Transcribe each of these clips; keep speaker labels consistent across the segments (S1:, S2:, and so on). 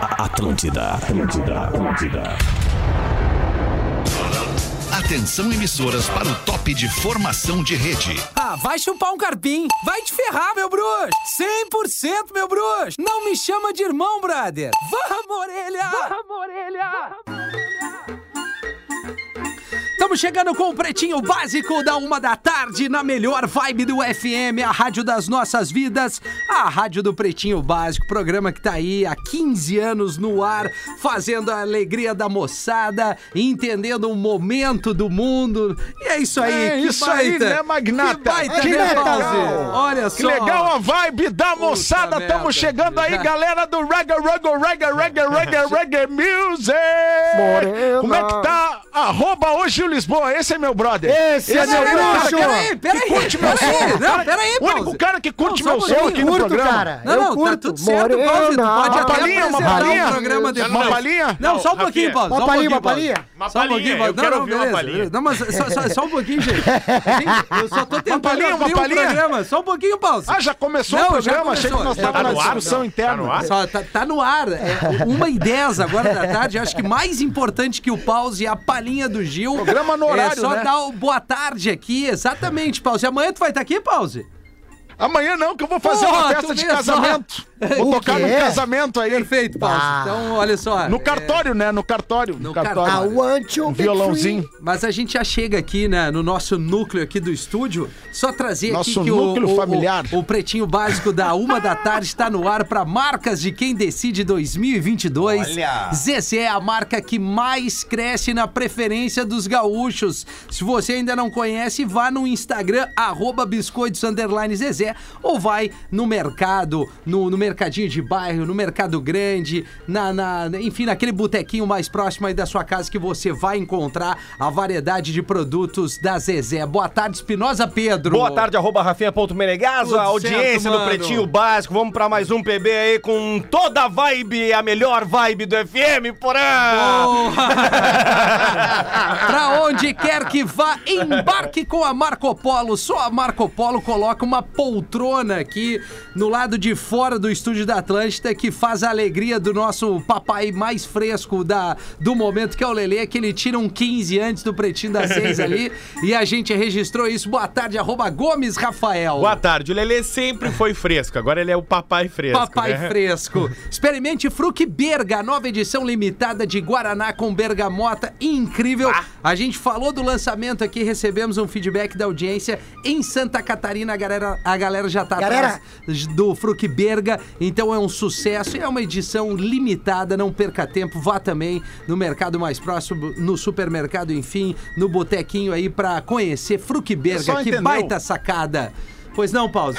S1: Atlântida, Atlântida, Atlântida.
S2: Atenção emissoras para o top de formação de rede.
S3: Ah, vai chupar um carpim. Vai te ferrar, meu bruxo. 100% meu bruxo. Não me chama de irmão, brother. Vamos, orelha. Vamos, orelha. Estamos chegando com o Pretinho Básico da uma da tarde na melhor vibe do FM, a rádio das nossas vidas, a rádio do Pretinho Básico, programa que tá aí há 15 anos no ar, fazendo a alegria da moçada, entendendo o momento do mundo. E é isso aí,
S4: É
S3: que
S4: isso
S3: baita,
S4: aí, né, magnata?
S3: Que baita,
S4: Que
S3: né,
S4: legal.
S3: Paulo? Olha
S4: Que
S3: só.
S4: legal a vibe da moçada.
S3: merda.
S4: Tamo chegando aí, galera do Reggae, Reggae, Reggae, Reggae, Reggae, Reggae Music.
S5: Morena.
S4: Como é que tá? Arroba hoje Gil Lisboa. Esse é meu brother.
S5: Esse é meu
S4: cara
S5: bruxo.
S4: que-
S3: Peraí, peraí,
S4: que curte meu
S3: peraí,
S4: som.
S3: não, peraí,
S4: o único
S3: Pause.
S4: cara que curte
S3: Não,
S4: meu
S3: só um
S4: som
S3: pouquinho.
S4: aqui no
S5: curto,
S4: programa.
S5: cara.
S3: Não,
S5: eu
S3: não,
S5: curto.
S3: tá tudo certo,
S5: Morena.
S3: Pause, tu pode
S4: Uma
S3: até
S4: palhinha, uma
S3: apresentar
S4: palhinha.
S3: o programa depois.
S4: Uma palhinha?
S3: Não, só um
S6: Rafinha,
S3: pouquinho, Paulo.
S5: uma
S3: só um
S5: palhinha,
S3: pouquinho,
S5: uma palhinha.
S3: Paulo.
S6: Uma
S3: Só um
S6: palhinha,
S3: pouquinho,
S6: eu
S3: Paulo. Não,
S6: quero
S3: não,
S6: ouvir uma
S3: beleza.
S6: palhinha.
S3: Não, mas só, só- só um pouquinho, gente. Gente, eu só tô tentando
S4: palhinha, uma
S3: abrir o
S4: palhinha.
S3: programa. Só um pouquinho, Paulo.
S4: Ah, já começou
S3: Não,
S4: o
S3: já
S4: programa? Achei que
S3: começou.
S4: nós
S3: Tá
S4: tava
S6: no
S4: na
S6: ar,
S4: discussão
S6: não. Tá no
S4: interna.
S6: ar?
S3: Só, tá, tá no ar. É uma e dez agora da tarde. Eu acho que mais importante que o pause é a palhinha do Gil.
S4: Programa no
S3: É
S4: horário,
S3: só
S4: né?
S3: dar o boa tarde aqui. Exatamente, pause. Amanhã tu vai estar aqui, pause?
S4: Amanhã não, que eu vou fazer
S3: Porra,
S4: uma
S3: tu
S4: festa de
S3: vê só.
S4: casamento. Vou
S5: O
S4: tocar no
S5: quê?
S4: casamento aí.
S3: Perfeito, pause.
S5: Ah.
S3: Então, olha só.
S4: No
S3: é,
S4: cartório, né? No cartório. No
S3: cartório.
S4: cartório.
S5: I want you
S4: Um violãozinho.
S3: Mas a gente já chega aqui, né, no nosso núcleo aqui do estúdio. Só trazer
S4: Nosso
S3: aqui que
S4: núcleo
S3: o, o,
S4: familiar.
S3: O, o pretinho básico da uma da tarde está no ar para marcas de quem decide 2022.
S6: Olha!
S3: Zezé é a marca que mais cresce na preferência dos gaúchos. Se você ainda não conhece, vá no Instagram arroba biscoitos underline Zezé ou vai no mercado, no, no mercadinho de bairro, no mercado grande, na, na- enfim, naquele botequinho mais próximo aí da sua casa que você vai encontrar a variedade de produtos da Zezé. Boa tarde, Espinosa Pedro.
S6: Boa tarde, arroba rafinha.menegaso,
S3: Tudo
S6: a audiência
S3: certo,
S6: do
S3: mano.
S6: Pretinho Básico. Vamos pra mais um PB aí com toda a vibe, a melhor vibe do FM, porã!
S3: pra onde quer que vá, embarque com a Marco Polo. Só a Marco Polo coloca uma poltrona aqui no lado de fora do estúdio da Atlântida que faz a alegria do nosso papai mais fresco da, do momento, que é o Lelê, que ele tira um 15 antes do Pretinho das 6 ali. e a gente registrou isso. Boa tarde, arroba Gomes Rafael.
S6: Boa tarde, o Lelê sempre foi fresco, agora ele é o papai fresco.
S3: Papai
S6: né?
S3: Fresco. Experimente Fruc Berga, a nova edição limitada de Guaraná com bergamota. Incrível. A gente falou do lançamento aqui, recebemos um feedback da audiência em Santa Catarina. A galera, a galera já tá
S5: Galera!
S3: atrás do Fruc Berga, então é um sucesso. É uma edição limitada, não perca tempo. Vá também no mercado mais próximo, no supermercado, enfim, no botequinho aí pra conhecer Fruc Berga.
S4: Pessoal
S3: Que
S4: entendeu.
S3: baita sacada. Pois não, Paulo?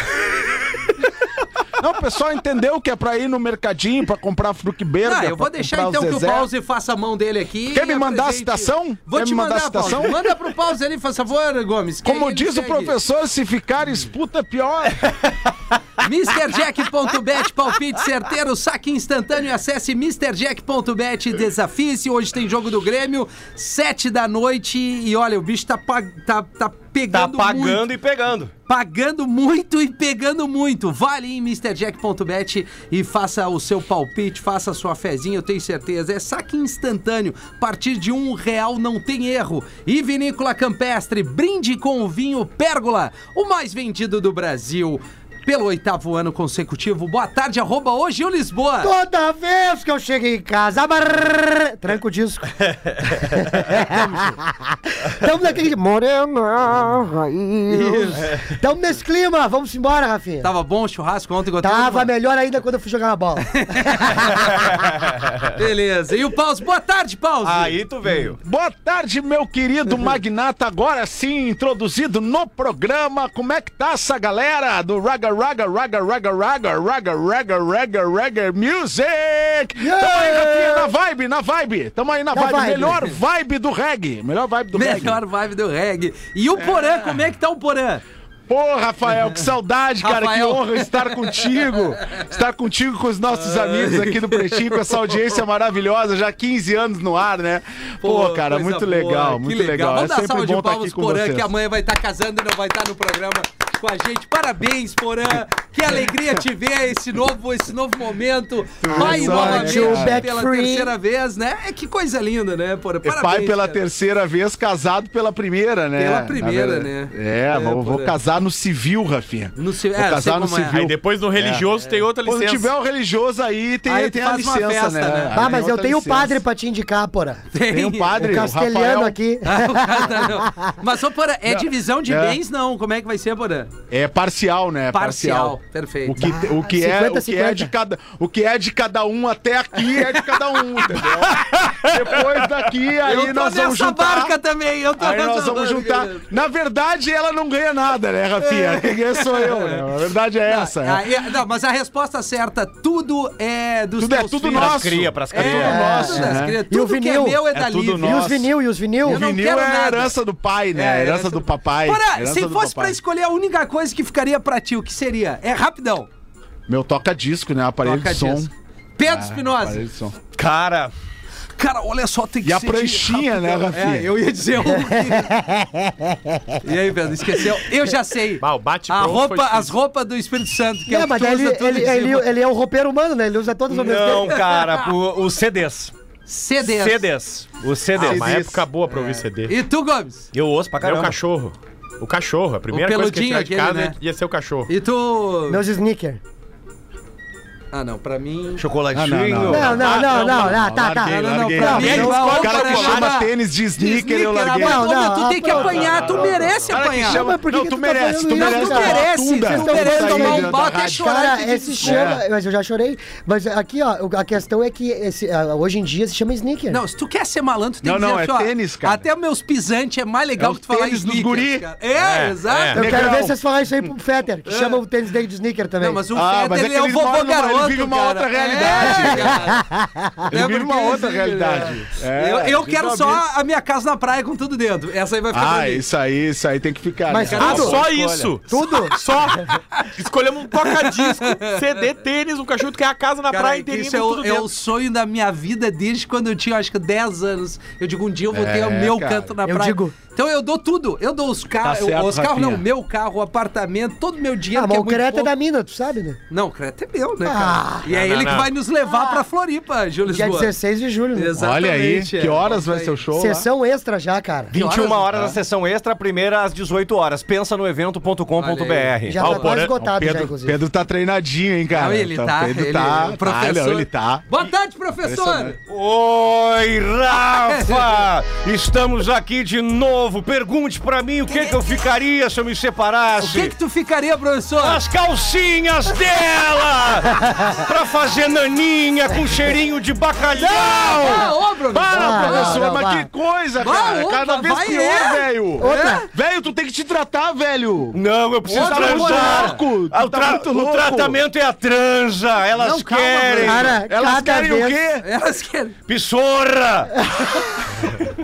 S4: Não, o pessoal entendeu que é pra ir no mercadinho pra comprar fruquibeira.
S3: Ah, eu vou deixar então que o Pause faça a mão dele aqui.
S4: Quer me
S3: e
S4: mandar a
S3: apresente.
S4: citação?
S3: Vou
S4: Quer
S3: te
S4: me
S3: mandar,
S4: mandar a
S3: Pause.
S4: citação?
S3: Manda pro Pause ali, faz favor, Gomes. que
S4: Como
S3: ele
S4: diz o
S3: segue.
S4: professor, se ficar esputa é pior.
S3: MrJack.bet, palpite certeiro, saque instantâneo. Acesse MrJack.bet, desafie-se. Hoje tem jogo do Grêmio, sete da noite. E olha, o bicho tá, pa- tá, tá
S6: Tá
S3: pegando
S6: pagando
S3: muito.
S6: e pegando.
S3: Pagando muito e pegando muito. Vá ali em MrJack.bet e faça o seu palpite, faça a sua fezinha, eu tenho certeza. É saque instantâneo. A partir de um real não tem erro. E Vinícola Campestre, brinde com o vinho Pérgola, o mais vendido do Brasil. Pelo oitavo ano consecutivo. Boa tarde, arroba hoje o Lisboa.
S5: Toda vez que eu chego em casa, brrr, tranco o disco. Estamos naquele morena, raiz. Estamos nesse clima, vamos embora, Rafinha.
S3: Tava bom o churrasco ontem? gostei
S5: Tava
S3: muito.
S5: melhor ainda quando eu fui jogar uma bola.
S3: Beleza. E o Paus? Boa tarde, Paus.
S6: Aí tu veio.
S4: Boa tarde, meu querido magnata. Agora sim, introduzido no programa. Como é que tá essa galera do Raga Raga Raga Raga Raga Raga Raga Raga Raga Music? Tamo aí, Rafinha, na vibe, na vibe. Tamo aí na,
S5: Na
S4: vibe.
S5: vibe.
S4: Melhor vibe do reggae. Melhor vibe do reggae.
S3: Melhor vibe do reggae. E o Porã, como é que tá o Porã?
S4: Pô, Rafael, que saudade, cara.
S3: Rafael.
S4: Que honra estar contigo. Estar contigo com os nossos amigos aqui do Pretinho, com essa audiência maravilhosa, já 15 anos no ar, né? Pô, cara,
S3: coisa
S4: muito
S3: boa,
S4: legal,
S3: que
S4: muito legal.
S3: Vamos
S4: É
S3: dar
S4: sempre
S3: salva de
S4: bom estar
S3: palmas é
S4: aqui com
S3: Porã,
S4: vocês.
S3: que amanhã vai estar casando e não vai estar tá no programa. com a gente. Parabéns, Porã. Que alegria te ver esse novo, esse novo momento. Pai
S4: só,
S3: novamente
S4: né, cara?
S5: Back
S3: pela
S5: free.
S3: terceira vez, né? É que coisa linda, né, Porã?
S4: É pai pela
S3: cara.
S4: terceira vez, casado pela primeira, né?
S3: Pela
S4: Na
S3: primeira,
S4: verdade.
S3: né?
S4: É,
S3: É,
S4: vou, vou
S3: por aí.
S4: casar no civil, Rafinha.
S3: No ci-
S4: Vou
S3: é, sei
S4: casar no
S3: como é.
S4: civil.
S7: Aí depois no religioso tem outra
S4: Quando
S7: licença.
S4: tiver o religioso aí, tem,
S3: Aí tu
S4: tem a
S3: faz uma
S4: licença,
S3: festa,
S4: né?
S3: né?
S4: Aí
S5: Ah, mas
S4: tem
S5: eu
S4: outra
S5: tenho o
S4: licença.
S5: padre pra te indicar, porra.
S4: Tem um padre,
S5: O
S4: o
S5: castelhano
S4: Rafael.
S5: aqui.
S3: Ah, o cara não. Mas, ô, Porã, é divisão de
S4: É.
S3: bens, não? Como é que vai ser, Porã?
S4: É parcial, né?
S3: Parcial.
S4: O
S3: Perfeito.
S4: que, te- o, que é,
S5: 50,
S4: o, que é de
S5: 50.
S4: cada, o que é de cada um até aqui é de cada um, entendeu? Depois daqui, aí
S3: eu tô
S4: nós
S3: nessa
S4: vamos juntar.
S3: barca também. Eu tô
S4: Aí nós
S3: nessa
S4: vamos
S3: barca.
S4: juntar. Na verdade, ela não ganha nada, né, Rafinha? Quem ganha sou eu, né? A verdade é essa. né?
S3: Ah, é- não, mas a resposta certa, tudo é dos
S4: Tudo é
S3: teus
S4: tudo
S3: filhos.
S4: nosso.
S7: Cria pras
S3: É,
S7: crias.
S4: nosso,
S3: tudo, das
S4: né?
S3: crias.
S5: E o
S3: tudo que é
S5: vinil?
S3: meu é da
S7: É tudo
S3: Lívia.
S5: E os
S7: Nossa.
S5: vinil, e os vinil?
S3: Eu não
S4: Vinil
S3: quero
S4: é a
S3: nada.
S4: herança do pai, né?
S3: É,
S4: a
S3: herança
S4: herança
S3: do-
S4: do papai.
S3: Porã,
S4: Herança
S3: se
S4: do
S3: fosse pra
S4: papai.
S3: escolher a única coisa que ficaria pra ti, o que seria? É rapidão.
S4: Meu toca-disco, né? Aparelho
S3: Toca
S4: de som. Ah,
S3: disso. Pedro Espinosa.
S4: Aparelho de som.
S7: Cara,
S3: Cara, olha só, tem que
S4: E a
S3: ser de
S4: pranchinha, né,
S3: rapidão.
S4: Rafinha?
S3: É, eu ia dizer um. que- e aí, Pedro, esqueceu? Eu já sei.
S7: Ah, o bate
S3: a
S7: pronto
S3: roupa,
S7: foi difícil.
S3: As roupas do Espírito Santo, que é,
S5: É,
S3: o que
S5: mas
S3: tu
S5: daí
S3: usa
S5: ele,
S3: tudo
S5: ele,
S3: em
S5: ele,
S3: cima.
S5: ele é o roupeiro humano, né? Ele usa todos ao mesmo
S7: não,
S5: tempo.
S7: cara, o- os CDs.
S3: CDs.
S7: CDs. Os CDs.
S4: Ah,
S7: uma
S4: CDs.
S7: época boa pra ouvir CD.
S3: E tu, Gomes?
S7: Eu ouço pra
S6: caramba.
S7: Meu cachorro. O cachorro. A primeira
S3: O
S7: coisa que eu tirar
S3: peludinho
S7: de
S3: aquele,
S7: casa
S3: né?
S7: ia ser o cachorro.
S3: E tu...
S5: Meus sneaker.
S3: Ah, não, pra mim...
S6: Chocolatinho.
S4: Ah, não,
S5: Não, não, não, não, não, tá, tá.
S4: Larguei,
S3: não, não,
S4: larguei,
S3: pra
S4: larguei.
S5: mim,
S4: O cara
S3: igual,
S4: que
S3: cara,
S4: chama
S3: cara.
S4: tênis de sneaker, eu larguei.
S3: Não,
S5: Não,
S3: tu
S5: não,
S3: tem que
S5: não,
S3: apanhar, tu merece apanhar.
S5: chama- mas por que
S4: não,
S5: que
S4: tu
S5: tu tá
S4: merece,
S5: fazendo
S4: tu
S5: isso,
S4: merece.
S3: tu
S4: uma
S3: merece,
S4: tunda.
S3: tu
S4: Tunda
S3: merece
S4: sair
S3: tomar um
S4: da
S3: bal até
S4: rádio.
S3: chorar.
S5: Cara,
S3: que
S5: esse
S3: desculpa.
S5: chama. é Mas eu já chorei. Mas aqui, ó, o- a questão é que esse, ah, hoje em dia se chama sneaker.
S3: Não, se tu quer ser malandro, tu tem
S4: Não,
S3: que dizer
S4: não, é
S3: assim, ó,
S4: tênis, cara.
S3: Até meus pisantes é mais legal
S4: É
S3: que
S4: os
S3: tu falar
S4: tênis dos
S3: sneakers,
S4: guri.
S3: cara. É,
S7: É,
S3: exato.
S5: eu quero
S4: legal.
S5: ver vocês falarem isso aí pro Fetter, que chama o tênis dele de sneaker também.
S3: É. Não, mas o
S4: Ah,
S3: Feder,
S4: mas é
S3: ele
S4: que
S3: é o
S4: eles
S3: vovô
S4: moram numa- ele
S3: garoto,
S4: vive uma
S3: cara.
S4: outra
S3: É,
S4: realidade.
S3: cara.
S4: Ele
S3: É
S4: vive uma
S3: porque
S4: outra
S3: existe,
S4: realidade.
S3: né?
S4: É,
S3: eu eu
S4: vive
S3: quero
S4: uma
S3: só
S4: vez.
S3: a minha casa na praia com tudo dentro. Essa aí vai ficar pra
S4: Ah,
S3: mim.
S4: isso aí, isso aí tem que ficar.
S5: Mas
S4: né?
S5: tudo.
S7: Ah, só isso.
S5: Tudo? Ah,
S7: Só. Escolhemos um toca-disco, CD, tênis, um cachorro que é a casa na
S3: Cara,
S7: praia
S3: que
S7: inteirinha.
S3: isso é
S7: com
S3: o,
S7: tudo
S3: é
S7: dentro.
S3: o sonho da minha vida desde quando eu tinha, acho que 10 anos. Eu digo, um dia eu vou ter
S4: É,
S3: o meu
S4: cara.
S3: canto na
S5: Eu
S3: praia.
S5: digo-
S3: Então eu dou tudo. Eu dou os carros,
S4: Tá certo,
S3: os carros não,
S4: Rafinha.
S3: meu carro, o apartamento, todo o meu dinheiro
S5: Ah,
S3: que
S5: mas
S3: é
S5: o
S3: muito
S5: Creta é
S3: pouco.
S5: da mina, tu sabe, né?
S3: Não, o Creta é meu, né, cara?
S5: Ah.
S3: e é
S7: Não,
S3: ele
S7: não,
S3: que
S7: não.
S3: vai nos levar pra Floripa, Júlio
S5: Dia
S3: Lisboa.
S5: 16 de julho. Né?
S4: Olha aí,
S3: Exatamente,
S4: que
S3: é.
S4: horas vai ser o show? lá?
S5: Sessão extra já, cara.
S6: 21
S3: horas,
S6: horas na sessão extra, a primeira às 18 horas. Pensa no
S3: Olha
S6: evento.com.br.
S5: Já
S7: Ah, o
S5: tá quase
S7: Porã-
S5: esgotado, já,
S4: Pedro,
S5: inclusive.
S4: Pedro tá treinadinho, hein, cara?
S3: Não, ele
S4: Então,
S3: tá,
S4: Pedro
S3: ele,
S4: tá.
S3: o professor.
S4: Ah, não, ele tá.
S3: Boa tarde, professor.
S6: Oi, Rafa! Estamos aqui de novo. Pergunte pra mim o que, que eu ficaria se eu me
S3: O que
S6: separasse.
S3: que tu ficaria, professor?
S6: As calcinhas dela! pra fazer naninha com cheirinho de
S3: Ah,
S6: bacalhau!
S3: ô, Bruno.
S4: Para,
S5: Ah,
S4: professor,
S5: não, não,
S4: mas
S5: vai.
S4: que coisa,
S3: Vai,
S4: cara.
S3: outra,
S4: Cada vez
S3: vai,
S4: pior,
S3: é.
S4: velho.
S5: Outra.
S4: Velho, tu tem que te tratar, velho.
S6: Não, eu preciso
S4: Ô, tá
S6: transar.
S4: muito louco,
S6: Ah, o,
S4: tá
S6: tra-
S4: muito
S6: o
S4: louco.
S6: tratamento é a transa. Elas
S3: Não, calma,
S6: querem.
S3: Bruno.
S5: Cara,
S4: Elas
S5: cada
S4: querem
S5: vez...
S4: o quê?
S3: Elas querem.
S6: Pissorra!
S3: é-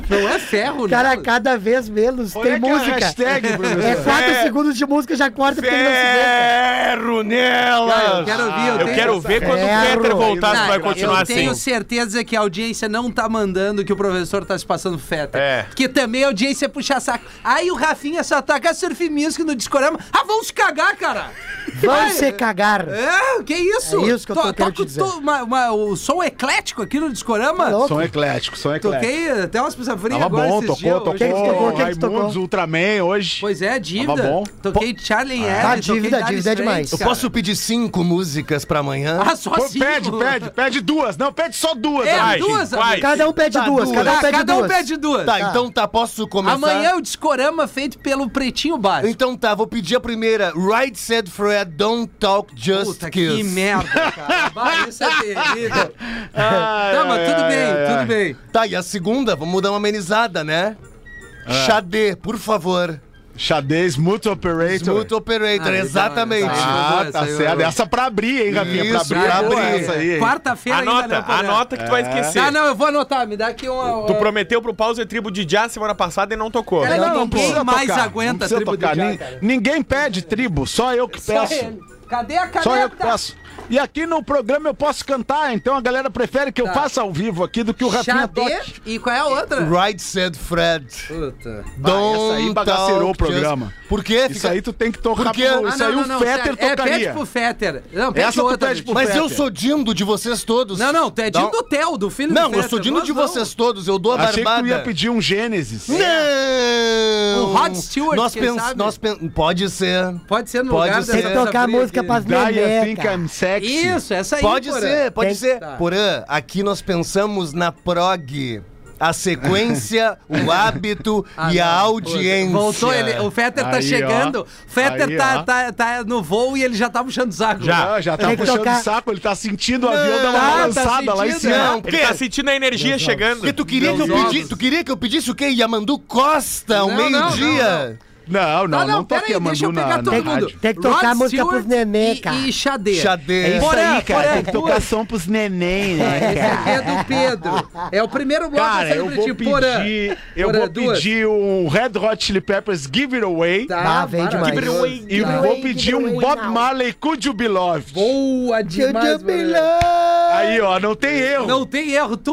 S3: Não é ferro,
S5: Cara,
S3: né?
S5: cada vez menos.
S4: Olha
S5: Tem
S4: aquela
S5: música.
S4: hashtag, professor.
S5: É 4
S6: É.
S5: segundos de música, já corta porque ele não se vê.
S6: Ferro
S3: Cara, eu
S6: nelas!
S3: quero
S4: Ah,
S3: ouvir, eu
S7: Eu
S3: tenho
S7: quero
S3: essa-
S7: ver quando
S5: Ferro.
S7: o Peter voltar se
S3: Não,
S7: vai continuar
S3: Ah, eu tenho
S7: assim.
S3: certeza que a audiência não tá mandando que o professor tá se passando feta.
S7: É.
S3: Porque também a audiência puxa saco. Aí o Rafinha só taca surf music no discorama. Ah, vão se cagar, cara!
S5: Vão
S3: É. Vai.
S5: se cagar.
S3: É, que isso?
S5: É isso que eu tô
S3: To- toca
S5: querendo te dizer.
S3: to- uma- uma- o som eclético aqui no discorama.
S5: Tá louco?
S4: Som eclético, som eclético.
S3: Toquei até umas pessoas frias
S4: Tava
S3: agora
S4: bom,
S3: esses
S4: tocou,
S3: dias,
S4: tocou.
S3: hoje.
S5: Quem que tocou? Quem que tocou?
S4: Raimundos, Ultraman hoje.
S3: Pois é, dívida.
S4: Tava bom.
S3: Toquei Charlie Hebdo,
S5: Ah,
S3: toquei
S5: dívida,
S3: Dire
S5: dívida é demais.
S3: Straits,
S5: Eu
S3: cara.
S6: pedir cinco músicas pra amanhã?
S3: Ah, só
S4: Pô,
S3: cinco.
S4: pede, pede, pede duas. Não, pede só duas.
S3: É,
S4: amigo.
S3: duas,
S7: vai.
S3: amigo.
S5: Cada um pede duas,
S3: Tá,
S5: cada um pede duas.
S3: duas.
S6: então tá, posso começar?
S3: Amanhã é o discorama feito pelo Pretinho Básico.
S6: Então tá, vou pedir a primeira. Right Said Fred, Don't Talk Just
S3: Puta, que merda, cara. Bah, isso é terrível. Tá, mas tudo bem, tudo bem.
S6: Tá, e a segunda, vamos dar uma amenizada, né?
S3: Ah.
S6: Xadê, por favor.
S4: Xadez, Mute Operator.
S6: Smooth Operator,
S3: Ah,
S6: exatamente.
S3: legal, legal.
S4: Ah,
S3: Essa
S4: tá
S3: aí eu-
S4: certo. Essa pra abrir, hein, Rafinha? Pra
S6: Isso,
S4: abrir,
S6: pra
S4: abre
S6: abrir.
S4: essa aí. hein?
S3: Quarta-feira
S7: Anota,
S3: ainda, né, Porã?
S7: anota que tu vai esquecer.
S3: Ah, não, eu vou anotar. Me dá aqui uma...
S7: Tu prometeu pro Pauser Tribo de Já semana passada e não tocou.
S3: Cara,
S4: Não, não
S3: Ninguém
S4: precisa
S3: mais
S4: tocar,
S3: aguenta
S4: não precisa
S3: a tribo do
S4: tocar.
S3: Jai,
S4: Nin-
S3: cara.
S4: Ninguém pede tribo, só eu que
S3: Só
S4: peço.
S3: ele. Cadê a caneta?
S4: Só eu que peço. E aqui no programa eu posso cantar, então a galera prefere que eu faça ao vivo aqui do que o Rafinha
S3: Tá. Xadê.
S4: toque.
S3: E qual é a outra?
S8: Right said Fred.
S3: Puta.
S8: Don't
S4: essa aí bagacerou
S8: talk
S4: o programa.
S8: just- Por quê?
S4: Isso
S8: Fica-
S3: tá
S4: aí tu tem que tocar
S8: Porque-
S4: pro-
S8: Ah,
S4: Isso aí o Fetter
S3: sério. É,
S4: tocaria.
S3: pede pro Fetter. Não, pede
S4: Essa tu
S3: outra.
S4: pede pro
S3: Mas-
S8: Mas eu
S4: Fred.
S8: sou dindo de vocês todos.
S3: Não, não, tu é
S8: Dá-
S6: um-
S3: dindo do Theo, do filho do é
S8: Não,
S3: Fetter.
S8: eu sou dindo de
S3: nós
S8: vocês todos. Eu dou a
S4: Achei que
S8: barbada.
S4: tu ia pedir um Gênesis.
S8: Não!
S3: É. O Rod Stewart,
S8: nós
S3: quem
S8: pens-
S3: sabe?
S8: nós pen- Pode ser.
S3: não. Pode ser no
S8: Pode
S3: lugar
S8: ser.
S5: Tem que
S3: dessa
S5: tocar a
S3: briga
S5: música
S3: aqui.
S5: pras
S4: Die, I think I'm
S5: bonecas.
S4: sexy.
S3: Isso, essa aí.
S8: Pode
S3: Porã.
S8: ser, pode
S5: Tem-
S8: ser.
S3: Tá.
S8: Porã, aqui nós pensamos na prog. A sequência, o hábito
S3: Ah,
S8: e a
S3: não.
S8: audiência.
S3: Voltou, ele, o Fetter tá
S4: Aí,
S3: chegando.
S4: ó.
S3: O Fetter
S4: Aí,
S3: tá,
S4: ó.
S3: tá, tá no voo e ele já tá puxando o saco.
S4: Já, já tá
S5: Tem que
S4: puxando
S5: tocar.
S4: o saco, ele tá sentindo o avião dar
S8: Tá,
S4: uma
S8: tá
S4: balançada lá em
S3: sentindo,
S4: cima.
S8: Não,
S7: Ele
S8: porque,
S7: tá sentindo a energia chegando.
S8: porque tu, queria que
S3: Meus
S8: eu pedi,
S3: ovos.
S8: tu queria que eu pedisse o quê? Yamandu Costa, ao
S3: Não, não, não,
S8: meio-dia.
S4: Não, não,
S3: Ah,
S4: não, não
S3: peraí,
S4: toquei a
S3: deixa eu
S4: Mandu
S3: pegar
S4: na, na
S3: todo mundo.
S4: rádio. É
S5: Tem que tocar
S3: Rod
S5: a música
S3: Stewart
S5: pros nenê,
S3: e-
S5: cara.
S3: E Xadê.
S8: Xadê.
S3: Porã, porã,
S4: Tem que tocar som pros neném, né,
S3: Esse
S4: cara?
S3: aqui é do Pedro. É o primeiro bloco
S4: Cara,
S3: essa
S4: eu
S3: aí
S4: vou
S3: pra ti, tipo, Porã.
S4: pedir, eu
S3: Porã,
S4: vou
S3: duas.
S4: pedir um Red Hot Chili Peppers Give It Away
S3: Tá,
S5: Ah, vem
S3: maravilhoso.
S5: demais.
S4: e
S3: Tá.
S4: vou pedir um Bob Marley Could You Be Loved.
S3: Boa demais, Porã.
S4: Aí, ó, não tem erro.
S3: Não tem erro. Tu,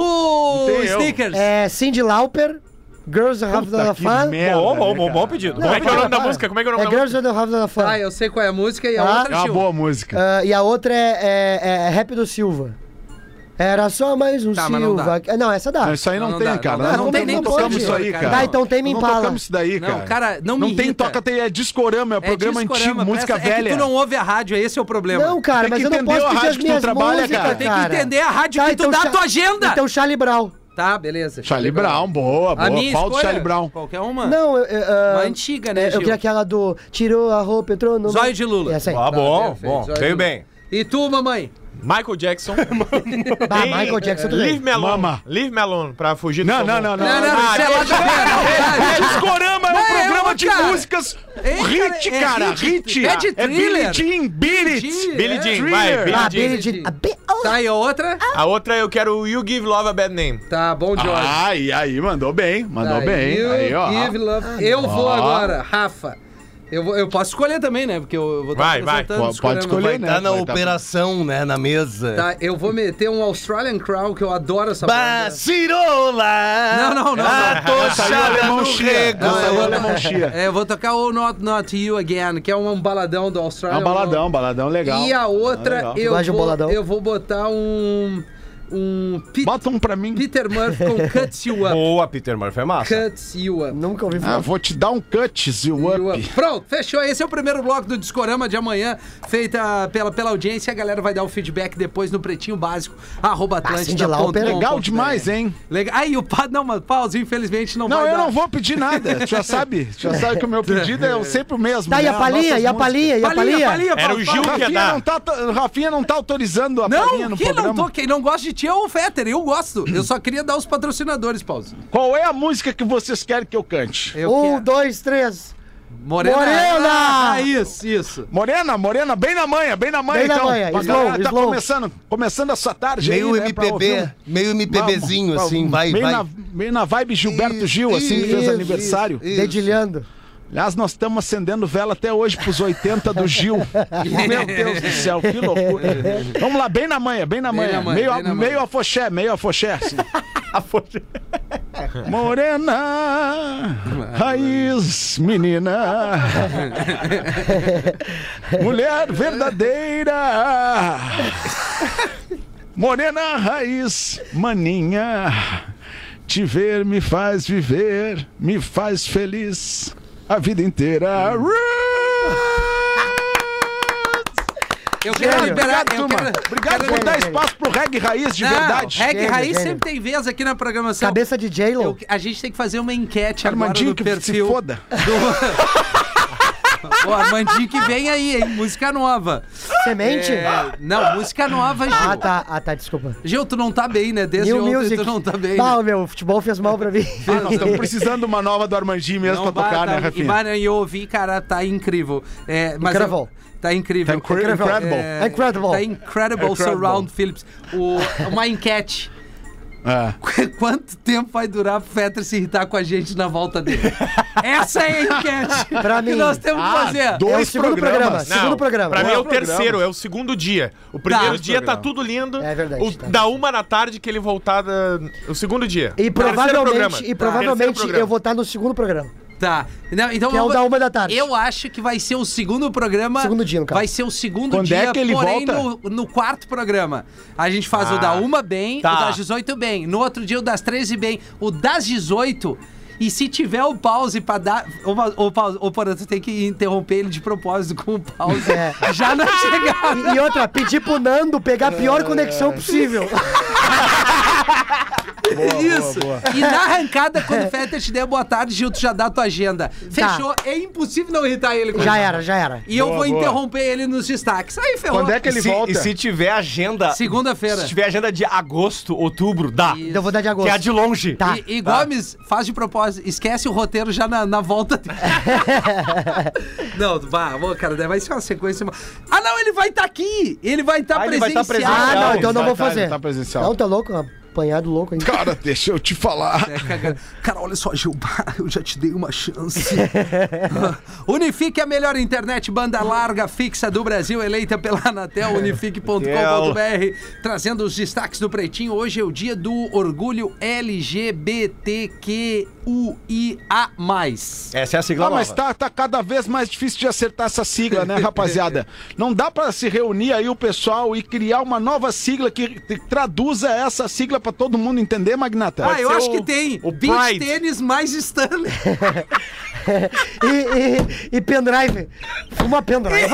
S4: tem erro.
S3: Stickers.
S5: É, Cindy Lauper, Girls Have
S3: tá,
S5: the
S4: que
S5: Fun.
S4: merda,
S6: Bom, bom,
S4: né,
S6: bom,
S4: cara?
S6: bom pedido.
S5: Não,
S7: Como é que é o
S5: para,
S7: nome da
S5: para.
S7: música? Como é que é o
S5: É
S7: nome da música?
S5: Girls Have the Fun.
S3: Ah, eu sei qual é a música e a
S5: Ah.
S4: É
S3: outra
S4: uma
S3: Gil.
S4: boa música.
S5: Ah, e a outra é, é, é Rap do Silva. Era só mais um
S3: Tá, mas não
S5: Silva.
S3: dá.
S5: Ah, Não, essa dá.
S4: Não, isso aí não,
S3: Não
S4: tem,
S3: dá,
S4: cara.
S3: não dá.
S4: Nós
S5: Não tem
S4: não
S5: nem
S4: não tocamos
S5: pode.
S4: isso aí, cara.
S5: Tá, então tem me
S4: Nós
S5: Impala.
S4: Não tocamos isso daí, cara.
S3: Não, cara, não me
S4: tem
S3: irrita.
S4: toca, tem, é discorama, é,
S3: É
S4: programa
S3: disco,
S4: antigo,
S3: Rama,
S4: música
S3: parece-
S4: velha.
S3: É que tu não ouve a rádio, esse é o problema.
S5: Não, cara,
S4: Tem
S5: mas
S4: que
S5: eu não
S4: entender
S5: posso
S4: a
S5: pedir
S4: rádio
S5: as
S4: que tu
S5: minhas
S4: trabalha,
S5: músicas,
S4: cara. Tá,
S5: cara.
S3: Tem que entender a rádio que tu dá a
S5: Cha-
S3: tua agenda.
S5: Então Charlie Brown.
S3: Tá, beleza.
S4: Charlie Brown, boa, boa.
S3: A minha
S4: Pau do
S3: escolha,
S4: Charlie Brown.
S3: Qualquer uma.
S5: Não, eu... eu, ah,
S3: Uma antiga, né,
S5: Eu
S3: Gil?
S5: queria aquela do... Tirou a roupa, entrou no...
S3: Zóio de Lula.
S5: Essa aí.
S6: Ah,
S5: Bah,
S6: bom,
S3: Tá, perfeito,
S6: bom.
S3: Zóio
S6: Veio
S3: do-
S6: bem.
S3: E tu, mamãe?
S7: Michael Jackson.
S5: Michael
S7: é,
S5: Jackson
S7: Leave
S5: também.
S7: me alone.
S4: Mama.
S7: Leave me alone pra fugir do
S4: Não,
S7: comum.
S4: não, não, não.
S3: Não, não,
S7: Ah,
S3: isso é lá da
S4: É
S3: verdade.
S4: discorama,
S3: Não,
S4: é um
S3: é uma,
S4: programa de
S3: cara.
S4: músicas.
S3: É,
S4: Hit,
S3: cara, é
S4: cara,
S3: hit.
S4: hit.
S3: É de thriller.
S4: Billy Jean, Billy It.
S7: Billie
S3: É.
S7: Jean, vai,
S4: Thriller.
S7: Billie
S5: Ah,
S7: Jean.
S5: Billie Jean.
S3: Jean.
S5: Ah, Bi- oh.
S3: Tá, e a outra?
S7: A outra eu quero You Give Love a Bad Name.
S3: Tá, bom, Jorge.
S4: Ai, aí, mandou bem, mandou
S3: Tá,
S4: Ah, bem.
S3: you
S4: Aí, ó. Ah,
S3: give love- Eu vou
S4: Ó.
S3: agora, Rafa. Eu, vou- eu posso escolher também, né? Porque eu, eu vou
S7: Vai, vai.
S3: apresentando
S4: Pode
S3: os programas.
S4: escolher,
S8: Vai
S4: né?
S8: estar na
S4: Vai tá-
S8: operação, né? Na mesa.
S3: Tá, eu vou meter um Australian Crown, que eu adoro essa
S8: Bah,
S3: banda.
S8: Cirola!
S3: Não, não, não,
S4: Ah,
S8: A
S3: não.
S8: tochada no rego.
S4: Essa é o
S3: vou-
S4: Alemão Chia.
S3: É, eu vou tocar o Not Not You Again, que é um baladão do
S4: É
S3: Australian.
S4: um baladão, baladão legal. Ah,
S3: E a outra,
S4: legal.
S3: eu,
S5: Gosta de um
S3: vou,
S5: boladão?
S3: eu vou botar um. Um. Pe-
S4: Bota um pra mim.
S3: Peter Murphy com Cuts You Up.
S6: Boa, Peter Murphy, é massa.
S3: Cuts You Up.
S5: Nunca ouvi
S4: Ah,
S5: falar.
S4: vou te dar um cuts e
S3: You
S4: o
S3: Up.
S4: up.
S3: Pronto, fechou. Esse é o primeiro bloco do Discorama de amanhã, feita pela, pela audiência. A galera vai dar o feedback depois no pretinho básico, arroba
S4: Ah,
S5: Cindy Lauper.
S3: atlântida.com.br.
S4: Legal demais, hein?
S3: Legal. Aí, o Paulo, não, mas Paulo, infelizmente não,
S4: Não,
S3: vai
S4: eu
S3: dar.
S4: não vou pedir nada. Tu já sabe, tu já sabe que o meu pedido é sempre o mesmo.
S5: Tá, e a
S4: né?
S5: palinha?
S4: Nossas
S5: E a
S4: músicas.
S5: palinha? E a
S3: Palinha,
S5: palinha?
S3: palinha,
S7: Era
S3: Paulo,
S7: o Gil
S3: Paulo.
S7: que ia
S4: Rafinha
S7: dar.
S4: não, tá, Rafinha não tá autorizando a palinha
S3: Não,
S4: no
S3: quem não,
S4: programa.
S3: tô, quem não gosta de ti é o Fetter, eu gosto. Eu só queria dar os patrocinadores, Paulo.
S4: Qual é a música que vocês querem que eu cante?
S3: Eu
S5: Um,
S3: quero.
S5: dois, três.
S3: Morena!
S5: Morena!
S3: Ah, isso, isso.
S4: Morena, Morena, bem na manha, bem na manha
S5: Bem na
S4: então.
S5: manha,
S4: Pra
S5: slow,
S4: galera que tá
S5: slow.
S4: começando, começando essa tarde
S8: Meio
S4: aí, né, pra ouvir um-
S8: MPB, meio MPBzinho,
S4: Vamos,
S8: assim, vai,
S4: bem
S8: vai.
S4: Na, bem na vibe Gilberto Gil, assim, que fez
S8: isso,
S4: aniversário.
S8: isso.
S5: Dedilhando.
S4: Aliás, nós estamos acendendo vela até hoje pros 80 do Gil. Meu Deus do céu, que loucura. Vamos lá, bem na manhã, bem na manhã.
S3: na manhã,
S4: meio,
S3: bem na
S4: meio
S3: manhã.
S4: afoxé, meio afoxé. Assim. Morena, raiz, menina, mulher verdadeira, morena, raiz, maninha, te ver me faz viver, me faz feliz a vida inteira.
S3: Eu quero liberar. Eu
S4: Turma,
S3: quero,
S4: Obrigado por dar espaço pro reggae raiz de
S3: Não,
S4: verdade.
S3: Reggae
S5: Gênio,
S3: Raiz
S5: gênio.
S3: sempre tem vez aqui na programação.
S5: Cabeça de
S3: Eu-
S5: J-Lo.
S3: a gente tem que fazer uma enquete agora
S4: Armandinho
S3: no
S4: que
S3: perfil.
S4: se foda.
S3: do- O Armandinho que vem aí, hein? Música nova.
S5: Semente?
S3: É, não, música nova, Gil.
S5: Ah, tá. Ah, tá. Desculpa.
S3: Gil, tu não tá bem, né? Desde
S5: New
S3: ontem
S5: Music.
S3: tu não tá bem. né?
S5: Não, meu, o futebol fez mal pra mim.
S4: Ah, nós estamos precisando de uma nova do Armandinho mesmo
S3: Não
S4: pra tocar,
S3: bata-
S4: né,
S3: E,
S4: Rafinha?
S3: mano, eu ouvi, cara, tá incrível. É, mas
S5: Incrível.
S3: eu- tá incrível.
S4: Tá incri- incredible.
S3: É,
S5: Incredible.
S3: Tá incredible,
S4: Incredible.
S3: Surround Phillips. O- uma enquete.
S4: É.
S3: Quanto tempo vai durar pro Fetter se irritar com a gente na volta dele? Essa é a enquete
S5: Pra
S3: que
S5: mim.
S3: nós temos que
S4: Ah,
S3: fazer.
S4: do-
S5: É o
S4: Dois
S5: segundo programa.
S4: programas.
S5: Segundo programa.
S7: Pra mim é o
S4: programa.
S7: terceiro, é o segundo dia. O primeiro
S3: Tá.
S7: dia tá tudo lindo.
S5: É verdade,
S7: O,
S5: tá.
S7: Da uma da tarde que ele voltar. da- o segundo dia.
S5: E
S7: O terceiro programa.
S5: provavelmente, e
S7: Terceiro
S5: provavelmente
S7: programa.
S5: eu vou estar no segundo programa.
S3: Tá. Não, então
S5: Que é
S3: eu
S5: o
S3: vou-
S5: da uma da tarde.
S3: Eu acho que vai ser o segundo programa.
S5: Segundo dia, no caso.
S3: Vai ser o segundo
S4: Quando
S3: dia,
S4: é que ele
S3: porém
S4: volta? Ah,
S3: No, no quarto programa. A gente faz o da uma bem, o
S4: tá.
S3: das 18 bem. No outro dia o das 13 bem, o das 18. E se tiver o pause pra dar. O, o, pause, o Porã, tu tem que interromper ele de propósito com o pause.
S5: É.
S3: Já na chegada.
S5: E, e outra, pedir pro Nando pegar a pior conexão possível.
S3: Isso. E na arrancada, quando o Fetter te der boa tarde, Gil, tu já dá a tua agenda. Fechou. É impossível não irritar ele com
S5: Tá. Já
S3: isso.
S5: era, já era.
S3: E eu
S4: Boa,
S3: vou
S4: boa.
S3: interromper ele nos destaques. Aí, ferrou.
S4: Quando é que ele
S6: se,
S4: volta?
S6: E se tiver agenda.
S3: Segunda-feira.
S6: Se tiver agenda de agosto, outubro, dá.
S3: Isso.
S5: Então eu vou dar de
S6: Que é a
S5: agosto.
S6: de longe.
S5: Tá.
S3: E, e Gomes, faz de propósito, esquece o roteiro já na, na volta dele. não, bah, ô, cara, vai ser uma sequência. Ah, não, ele vai estar aqui! Ele vai estar
S6: Ah, ele vai tá
S3: presencial.
S5: Ah, não,
S6: presencial.
S5: então eu não vou
S4: Vai, tá,
S5: fazer.
S4: tá presencial.
S5: Não, tá louco, um apanhado louco ainda.
S4: Cara, deixa eu te falar. Ah,
S3: Cara, Cara, olha só, Gilmar, eu já te dei uma chance. Unifique a melhor internet banda larga fixa do Brasil, eleita pela Anatel, unifique.com.br, trazendo os destaques do Pretinho. Hoje é o dia do orgulho LGBTQIA+.
S6: Essa é a sigla
S4: Ah,
S6: nova.
S4: mas tá, tá cada vez mais difícil de acertar essa sigla, né, rapaziada? Não dá pra se reunir aí o pessoal e criar uma nova sigla que t- traduza essa sigla pra todo mundo entender, Magnata?
S3: Ah, eu
S7: ser
S3: acho
S7: o-
S3: que tem.
S7: o
S3: Beach
S7: Pride.
S3: tênis mais Stanley.
S5: E, e, e pendrive. Uma pendrive.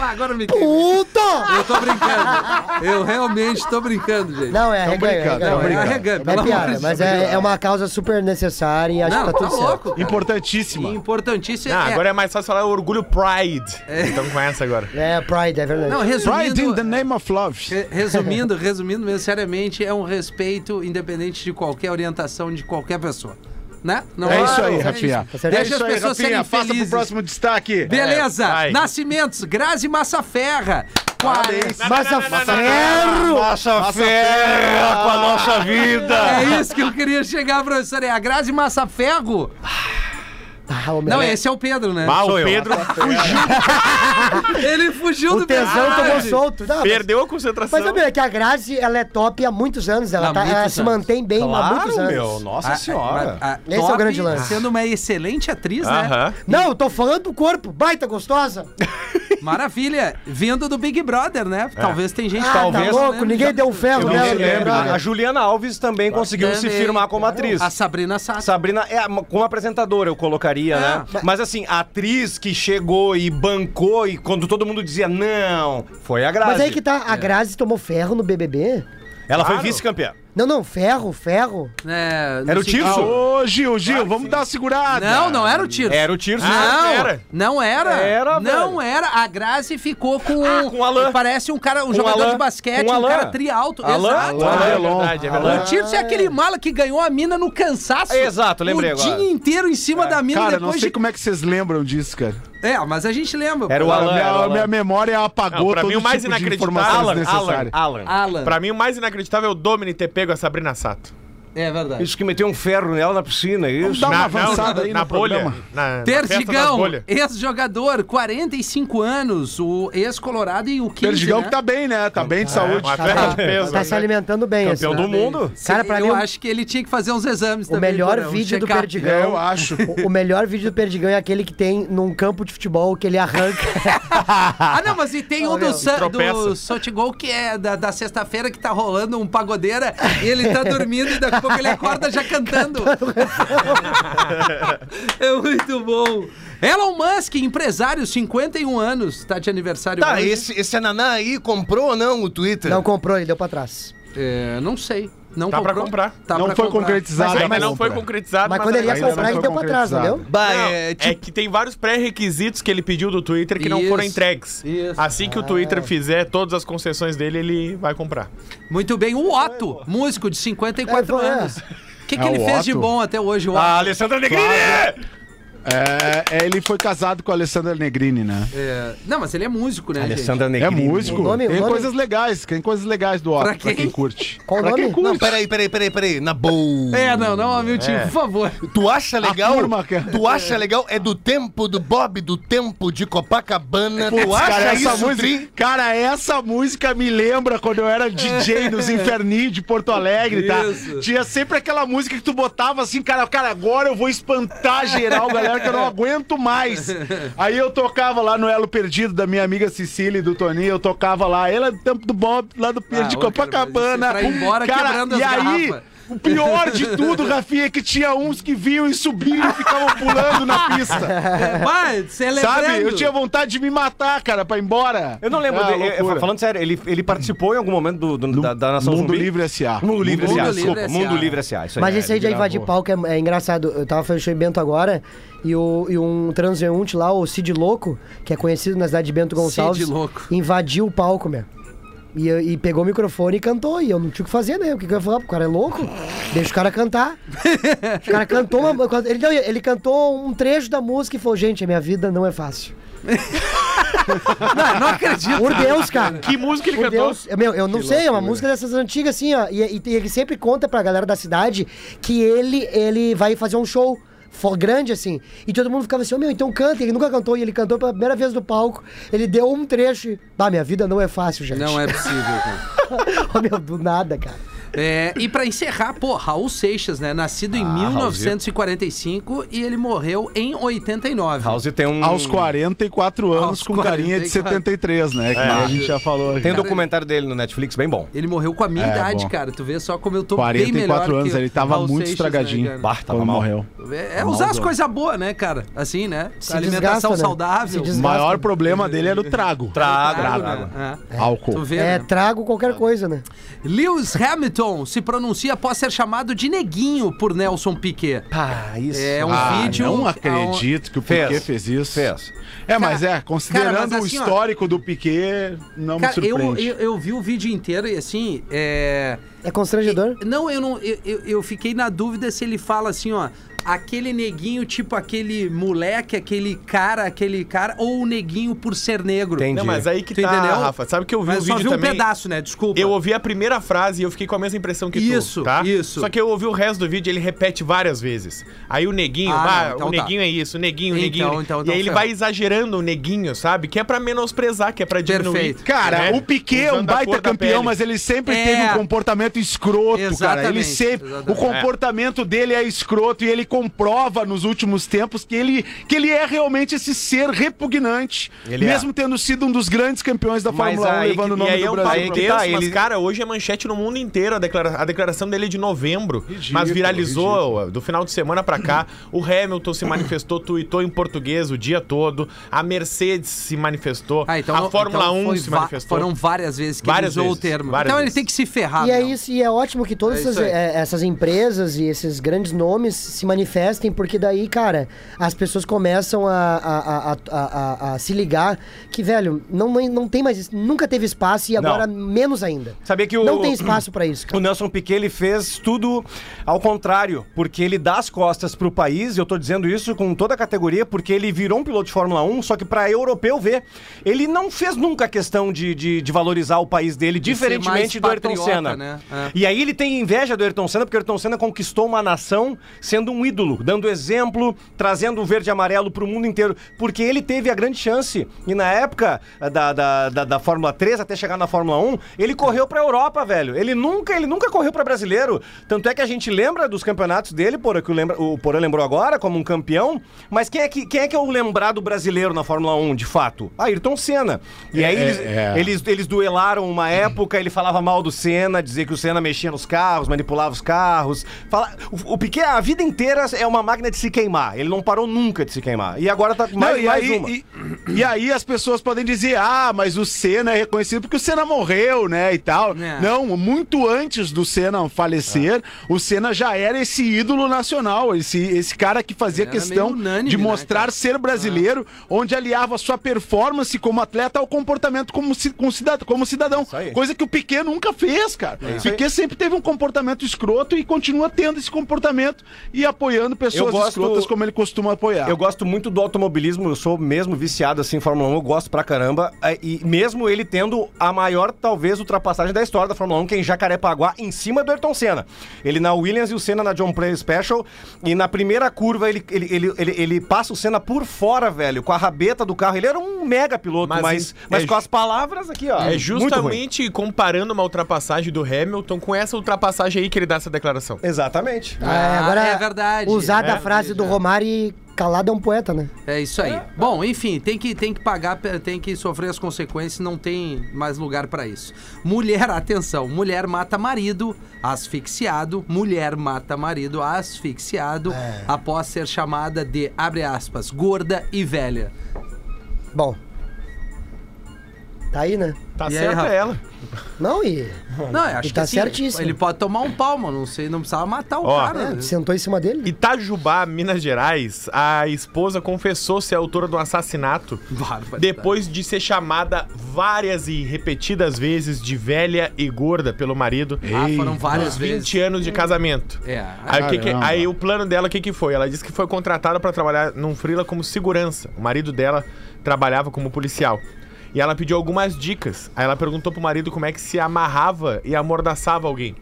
S3: Agora me queimei.
S5: Puto!
S3: Eu tô brincando. Eu realmente tô brincando, gente.
S5: Não, é
S4: Tão
S5: reganho,
S4: brincando, tão
S5: reganho.
S4: brincando.
S5: É
S3: Reganho, pelo
S5: É
S3: amor
S5: piada,
S3: de
S5: mas
S3: Deus.
S5: é, é uma causa super necessária e acho
S3: Não,
S5: que tá
S3: tá
S5: tudo
S3: louco.
S5: certo.
S3: cara.
S4: Importantíssima.
S3: Importantíssimo
S7: Ah,
S3: é-
S7: agora é mais fácil falar orgulho Pride. Então com essa agora.
S5: É, Pride, é verdade.
S3: Não,
S4: Pride in the
S3: resumindo... é,
S4: name of love.
S3: re- Resumindo, resumindo mesmo, seriamente, é um respeito independente de qualquer orientação de qualquer pessoa. Né? Não
S4: É isso aí,
S3: isso.
S4: Rafinha.
S5: Tá certo.
S3: Deixa
S4: É isso
S3: as
S4: aí,
S3: pessoas
S4: Rafinha.
S3: serem
S4: Passa pro
S3: felizes.
S4: próximo destaque.
S3: Beleza!
S7: vai.
S3: Nascimentos, Grazi Massaferra.
S4: Parabéns.
S5: Massa
S7: não, não, não,
S5: ferro!
S6: Nossa, ferra com
S4: Ah,
S6: a nossa vida.
S3: É isso que eu queria chegar, professor. É a Grazi Massaferro?
S5: Ah, o meu-
S3: Não, esse é o Pedro, né?
S7: Ah, o
S6: Sou eu,
S7: Pedro fugiu,
S3: Ele fugiu
S5: O
S3: do
S5: tesão
S3: personagem.
S5: tomou solto. Não, mas-
S7: perdeu a concentração.
S5: Mas sabe, é que a Grazi, ela é top há muitos anos. Ela,
S3: Há
S5: tá- ela
S3: muitos
S5: se
S3: anos.
S5: mantém bem há muitos anos.
S6: Nossa
S3: Ah, A- a-
S5: Esse é o
S3: top,
S5: grande lance.
S3: Sendo uma excelente atriz, né?
S7: Aham.
S5: Não, eu tô falando do corpo. Baita gostosa.
S3: Maravilha. Vindo do Big Brother, né? Talvez né? tem gente
S5: Ah,
S3: que
S5: tá
S6: talvez-
S5: louco. Ninguém deu um ferro
S6: Eu
S5: nela.
S6: não me
S5: né,
S6: lembro.
S5: brother?
S6: A Juliana Alves também conseguiu um
S3: Também.
S6: se
S3: Assim, né?
S6: firmar como atriz.
S3: A Sabrina Sato.
S6: Sabrina, é, a- como apresentadora eu colocaria,
S3: É.
S6: né? Mas assim, a atriz que chegou e bancou e quando todo mundo dizia não, foi a Grazi.
S5: Mas aí que tá. A Grazi tomou ferro no BBB?
S6: Ela
S7: Claro.
S6: foi vice-campeã.
S5: Não, não. Ferro, ferro.
S3: É, no
S6: Era o
S3: seguinte-
S6: Tirso?
S4: Ô, Ah, Gil, Gil, vamos dar uma segurada.
S3: Não, não era o Tirso.
S6: Era o
S7: é
S6: Tirso.
S3: Não,
S7: era.
S3: não era.
S6: Era,
S3: não
S6: velho. Ah,
S3: era. A Grazi ficou com, um-
S6: com o Alan.
S3: Parece um cara, um,
S6: Com
S3: jogador
S6: o Alan.
S3: de basquete,
S6: Com o
S3: um
S6: Alan.
S3: cara trialto.
S6: Alan,
S3: Exato.
S6: Alan.
S7: Ah, é
S4: Elon.
S7: verdade, é verdade.
S3: O Tirso é aquele mala que ganhou a mina no cansaço.
S6: Exato, lembrei
S3: o
S6: agora.
S3: dia inteiro em cima da mina
S4: Cara,
S3: depois
S4: não sei
S3: de...
S4: como é que vocês lembram disso, cara.
S3: É, mas a gente lembra.
S6: Era
S3: pô.
S6: o Alan.
S4: a minha,
S6: era o
S4: a minha
S6: Alan.
S4: memória apagou
S7: Não, pra
S4: todo
S7: mim, o mais
S4: tipo de
S7: inacreditável-
S4: informação
S7: Alan,
S4: desnecessária.
S6: Alan.
S3: Alan.
S7: Pra mim, o mais inacreditável é o Domini ter pego a Sabrina Sato.
S3: É verdade.
S6: Isso que meteu um ferro nela na piscina, isso.
S4: Dá uma avançada aí
S7: na
S4: no
S7: bolha.
S4: programa.
S7: Na, na festa das
S3: Perdigão,
S7: bolhas.
S3: ex-jogador, 45 anos, o ex-colorado e o 15,
S4: Perdigão
S3: né?
S4: que tá bem, né? Tá bem de saúde.
S7: um
S5: Tá,
S7: atleta de
S5: tá-
S7: peso.
S5: tá se alimentando bem.
S6: Campeão
S5: assim.
S6: do mundo.
S5: Cara, pra mim,
S3: eu
S5: o-
S3: acho que ele tinha que fazer uns exames
S5: O
S3: também.
S5: melhor
S3: Porã, um
S5: vídeo do
S3: check-up.
S5: Perdigão.
S4: É, eu acho.
S5: O, o melhor vídeo do Perdigão é aquele que tem num campo de futebol que ele arranca.
S3: Ah, não, mas e tem um
S5: meu,
S3: do, Sa-
S7: tropeça.
S3: do Sotigol que é da, da sexta-feira que tá rolando um pagodeira e ele tá dormindo e daqui a pouco ele acorda já cantando. é muito bom. Elon Musk, empresário, 51 anos, tá de aniversário
S8: Tá,
S3: hoje.
S8: esse, esse Ananá aí comprou ou não o Twitter?
S5: Não comprou, ele deu pra trás.
S3: É, não sei. Não
S7: Tá pra
S3: comprou.
S7: comprar.
S3: Tá
S4: não
S3: pra
S4: foi
S3: comprar.
S4: concretizado.
S7: Ainda
S4: a
S7: não
S4: compra.
S7: foi concretizado.
S5: Mas quando ele ia
S7: Ah, ainda não
S5: comprar, ele
S7: foi
S5: deu pra trás,
S4: concretizado.
S5: entendeu?
S8: Bah,
S3: Ah,
S7: Não,
S8: é,
S7: é,
S8: tipo,
S7: que tem vários pré-requisitos que ele pediu do Twitter que não
S3: Isso,
S7: foram entregues.
S3: isso.
S7: Assim que o Twitter fizer todas as concessões dele, ele vai comprar.
S3: Muito bem, o Otto, músico de 54
S5: É, foi, é.
S3: anos. O que, que
S4: Ah,
S3: ele
S4: o
S3: fez de
S4: Otto?
S7: Ah,
S3: bom até hoje, o Otto?
S6: A Alessandra Negrini!
S4: É, ele foi casado com a Alessandra Negrini, né?
S3: É, Não, mas ele é músico, né,
S6: Alessandra
S4: É
S6: Negrini.
S4: músico.
S5: O nome-
S4: tem
S5: o nome-
S4: coisas legais, tem coisas legais do óculos, pra quem,
S3: quem?
S4: curte.
S5: Qual o
S4: pra quem
S5: nome?
S4: curte.
S8: Não, peraí, peraí, peraí, peraí. Na boa.
S3: gente? É, não, não, meu tio, por favor.
S8: Tu acha legal?
S4: turma, cara.
S8: Tu acha legal? É do tempo do Bob, do tempo de Copacabana. tu
S4: Putz,
S8: acha
S4: cara, essa
S8: isso,
S4: música,
S8: tri?
S4: cara, essa música me lembra quando eu era DJ nos Inferninhos de Porto Alegre, tá?
S3: Isso.
S4: Tinha sempre aquela música que tu botava assim, cara, cara, agora eu vou espantar geral, galera, que eu não aguento mais. Aí eu tocava lá no Elo Perdido da minha amiga Cecília e do Toninho, eu tocava lá, ela é do tempo do Bob, lá do Pier
S3: Ah,
S4: de
S3: ô, cara,
S4: Copacabana.
S3: mas isso é pra ir embora quebrando as
S4: e aí,
S3: garrafas.
S4: o pior de tudo, Rafinha, é que tinha uns que vinham e subiam e ficavam pulando na pista.
S3: É, vai, celebrando.
S4: Sabe? Eu tinha vontade de me matar, cara, pra ir embora.
S6: Eu não lembro.
S4: Ah,
S6: dele. Eu- eu-
S4: loucura.
S6: falando sério, ele, ele participou em algum momento do, do- da, da Nação
S4: Mundo
S6: Zumbi?
S4: Livre S.A.
S6: Mundo Livre
S3: Mundo
S6: S.A.
S4: assim,
S3: Livre
S6: Desculpa,
S3: S.A..
S6: Mundo Livre S.A. Isso aí,
S5: Mas
S6: é,
S5: esse aí de
S6: ele
S5: invadir
S6: gravou.
S5: palco é, é engraçado. Eu tava fazendo show em Bento agora e, o, e um transeunte lá, o Cid Louco, que é conhecido na cidade de Bento Gonçalves,
S3: Cid Louco.
S5: invadiu o palco, meu. E, eu- e pegou o microfone e cantou. E eu não tinha o que fazer, né? O que, que eu ia falar? O cara é louco. Deixa o cara cantar. O cara cantou uma. Ele, não, ele cantou um trecho da música e falou: gente, a minha vida não é fácil.
S3: Não, não acredito.
S5: Por Deus, cara.
S7: Que música ele
S5: Por
S7: cantou?
S5: Deus, eu- meu, eu não sei, é uma música dessas antigas, assim, ó. E, e- e ele sempre conta pra galera da cidade que ele, ele vai fazer um show. For grande assim. E todo mundo ficava assim, ô meu, então canta. Ele nunca cantou e ele cantou pela primeira vez no palco. Ele deu um trecho. e, Bah, minha vida não é fácil, gente.
S3: Não é possível, cara.
S5: Ô meu, do nada, cara.
S3: É, e pra encerrar, pô, Raul Seixas, né? Nascido em
S4: Ah,
S3: 1945 e ele morreu em 89.
S6: House tem um.
S4: Aos 44 anos,
S3: Aos
S4: com carinha de 73, né?
S6: É.
S4: Que a gente já falou.
S6: Tem um
S4: aqui.
S6: documentário dele no Netflix bem bom.
S3: Ele morreu com a minha
S4: É,
S3: idade,
S4: bom.
S3: cara. Tu vê só como eu tô bem
S4: 44
S3: melhor
S4: anos,
S3: que
S4: ele tava
S3: Raul
S4: muito
S3: Seixas,
S4: estragadinho.
S3: né, cara?
S6: Bah, tava
S4: Quando
S6: mal.
S4: morreu.
S3: É, é usar as coisas boas, né, cara? Assim, né?
S5: Se
S3: Alimentação
S5: desgasta, né?
S3: saudável.
S5: Se
S4: O
S5: desgasta.
S4: maior problema dele era o trago.
S6: Trago,
S3: Trago,
S6: trago.
S3: né? É. Tu
S4: Álcool.
S3: vê,
S5: É,
S3: né?
S5: trago qualquer coisa, né?
S3: Lewis Hamilton se pronuncia após ser chamado de neguinho por Nelson Piquet.
S6: Pá, isso.
S3: É um
S4: Ah,
S3: vídeo.
S4: não acredito que o
S6: Fez.
S4: Piquet fez isso.
S6: Fez.
S4: É, mas é,
S3: cara, mas
S4: considerando o
S3: assim, ó.
S4: histórico do Piquet,
S7: é um
S4: não me
S3: Cara, eu,
S4: surpreende.
S3: eu, eu vi o vídeo inteiro e assim, é.
S5: É constrangedor.
S3: Não, eu não. Eu, eu, eu fiquei na dúvida se ele fala assim, ó. Aquele neguinho, tipo aquele moleque, aquele cara, aquele cara, ou o neguinho por ser negro.
S6: Entendi.
S7: Não, mas aí que
S3: Tu
S7: tá,
S3: entendeu?
S7: Rafa. Sabe que eu vi
S3: Mas
S7: um
S3: só
S7: vídeo
S3: vi um
S7: também?
S3: pedaço, né? Desculpa.
S7: Eu ouvi a primeira frase e eu fiquei com a mesma impressão que
S3: Isso,
S7: tu, tá?
S3: isso.
S7: Só que eu ouvi o resto do vídeo, ele repete várias vezes. Aí o neguinho,
S3: Ah,
S7: ah,
S3: então
S7: o
S3: tá.
S7: neguinho é isso, o neguinho, o
S3: Então,
S7: neguinho.
S3: então,
S7: e
S3: então
S7: aí ele
S3: ferrou.
S7: vai exagerando o neguinho, sabe? Que é pra menosprezar, que é pra diminuir.
S3: Perfeito.
S4: Cara,
S7: É,
S4: o Piquet é um
S7: usando a
S4: baita
S7: cor da
S4: campeão,
S7: pele.
S4: mas ele sempre
S3: É.
S4: teve um comportamento escroto, cara. Ele
S3: Exatamente,
S4: sempre,
S3: exatamente.
S4: o comportamento dele é escroto e ele comprova nos últimos tempos que ele, que ele é realmente esse ser repugnante,
S6: Ele é.
S4: mesmo tendo sido um dos grandes campeões da
S6: Mas
S4: Fórmula 1,
S6: aí que-
S4: levando o
S6: e
S4: nome
S7: E aí
S4: do
S7: é um
S4: Brasil.
S6: aí
S7: papo
S4: pra
S6: que
S7: tenso,
S6: tá,
S7: mas,
S6: ele-
S7: cara, hoje é manchete no mundo inteiro. A, declara- a declaração dele é de novembro, mas viralizou ó, do final de semana pra cá. O Hamilton se manifestou, tuitou em português o dia todo. A Mercedes se manifestou.
S3: Ah, então
S7: a
S3: não-
S7: Fórmula
S3: então
S7: 1
S3: foi
S7: se
S3: va-
S7: manifestou.
S3: Foram várias vezes que
S7: Várias
S3: ele usou
S7: vezes,
S3: o termo.
S7: várias
S3: Então ele
S7: vezes.
S3: tem que se ferrar.
S5: E é
S3: meu.
S5: isso, e é ótimo que todas
S3: É
S5: essas,
S3: isso aí.
S5: é, essas empresas e esses grandes nomes se manifestem, porque daí, cara, as pessoas começam a, a- a- a- a- a- a se ligar que, velho, não, não- não tem mais isso, nunca teve espaço e agora menos ainda.
S6: Sabia que o-
S5: Não tem espaço pra isso,
S6: O
S5: cara.
S6: Nelson Piquet ele fez tudo ao contrário, porque ele dá as costas pro país, eu tô dizendo isso com toda a categoria, porque ele virou um piloto de Fórmula 1, só que pra europeu ver, ele não fez nunca questão de, de, de valorizar o país dele,
S3: mais
S6: diferentemente do Ayrton
S3: patriota,
S6: Senna.
S3: né? É.
S6: E aí ele tem inveja do Ayrton Senna, porque o Ayrton Senna conquistou uma nação sendo um ídolo, dando exemplo, trazendo o verde e amarelo pro mundo inteiro, porque ele teve a grande chance. E na época eh, da, da, da, da Fórmula 3 até chegar na Fórmula 1, ele correu pra Europa, velho. Ele nunca, ele nunca correu pra brasileiro. Tanto é que a gente lembra dos campeonatos dele, Porã, que o, lembra, o Porã lembrou agora, como um campeão. Mas quem é, que, quem é que é o lembrado brasileiro na Fórmula 1, de fato? Ayrton Senna. E aí
S4: É,
S6: eles,
S4: é.
S6: eles eles, eles duelaram
S4: Uhum.
S6: uma época, ele falava mal do Senna, dizia que o Senna mexia nos carros, manipulava os carros. Fala... O, o Piquet, a vida inteira, é uma máquina de se queimar. Ele não parou nunca de se queimar. E agora tá com mais,
S4: Não, e,
S6: mais
S4: aí,
S6: uma.
S4: e- e aí as pessoas podem dizer, ah, mas o Senna é reconhecido porque o Senna morreu, né, e tal.
S3: É.
S4: Não, muito antes do Senna falecer, o Senna já era esse ídolo nacional, esse, esse cara que fazia
S3: Ele era
S4: questão
S3: meio unânime,
S4: de
S3: né,
S4: mostrar
S3: cara? É.
S4: ser brasileiro, onde aliava sua performance como atleta ao comportamento como, ci- com cida- como cidadão.
S6: aí. É.
S4: Coisa que o Piquet nunca fez, cara. O Piquet sempre teve um comportamento escroto e continua tendo esse comportamento e apoiando apoiando pessoas
S6: gosto-
S4: escrotas como ele costuma apoiar.
S6: Eu gosto muito do automobilismo, eu sou mesmo viciado assim em Fórmula 1, eu gosto pra caramba. é, E mesmo ele tendo a maior, talvez, ultrapassagem da história da Fórmula 1, que é em Jacarepaguá, em cima do Ayrton Senna. Ele na Williams e o Senna na John Player Special. E na primeira curva ele, ele, ele, ele, ele passa o Senna por fora, velho, com a rabeta do carro. Ele era um mega piloto, mas,
S7: Mas
S6: mas,
S7: é ju-
S6: com as palavras aqui, ó.
S7: É
S6: muito ruim.
S7: justamente comparando uma ultrapassagem do Hamilton com essa ultrapassagem aí que ele dá essa declaração.
S6: Exatamente.
S3: Ah,
S5: É, agora
S3: é verdade.
S5: Usada
S7: É
S5: a frase do Romário e calado é um poeta, né?
S3: É isso aí. Bom, enfim, tem que, tem que pagar, pe- tem que sofrer as consequências, não tem mais lugar pra isso. Mulher, atenção, mulher mata marido asfixiado, mulher mata marido asfixiado
S5: É.
S3: após ser chamada de, abre aspas, gorda e velha.
S5: Bom. Tá aí, né?
S7: Tá
S3: E aí,
S7: certa
S3: Rafa?
S7: ela.
S5: Não, e.
S3: Não, eu acho
S5: tá
S3: que sim,
S5: certíssimo.
S3: ele pode tomar um palmo, não sei, não precisava matar o
S7: Ó,
S3: cara. né?
S5: é, sentou em cima dele.
S7: Itajubá, Minas Gerais, a esposa confessou ser autora de um assassinato
S3: Barbaridade.
S7: depois de ser chamada várias e repetidas vezes de velha e gorda pelo marido.
S3: Ah, foram várias
S7: nos
S3: vezes.
S7: 20 anos de casamento.
S3: É.
S7: Aí, o que que-
S4: Caramba.
S7: aí o plano dela, o que, que foi? Ela disse que foi contratada para trabalhar num freela como segurança. O marido dela trabalhava como policial. E ela pediu algumas dicas. Aí ela perguntou pro marido como é que se amarrava e amordaçava alguém.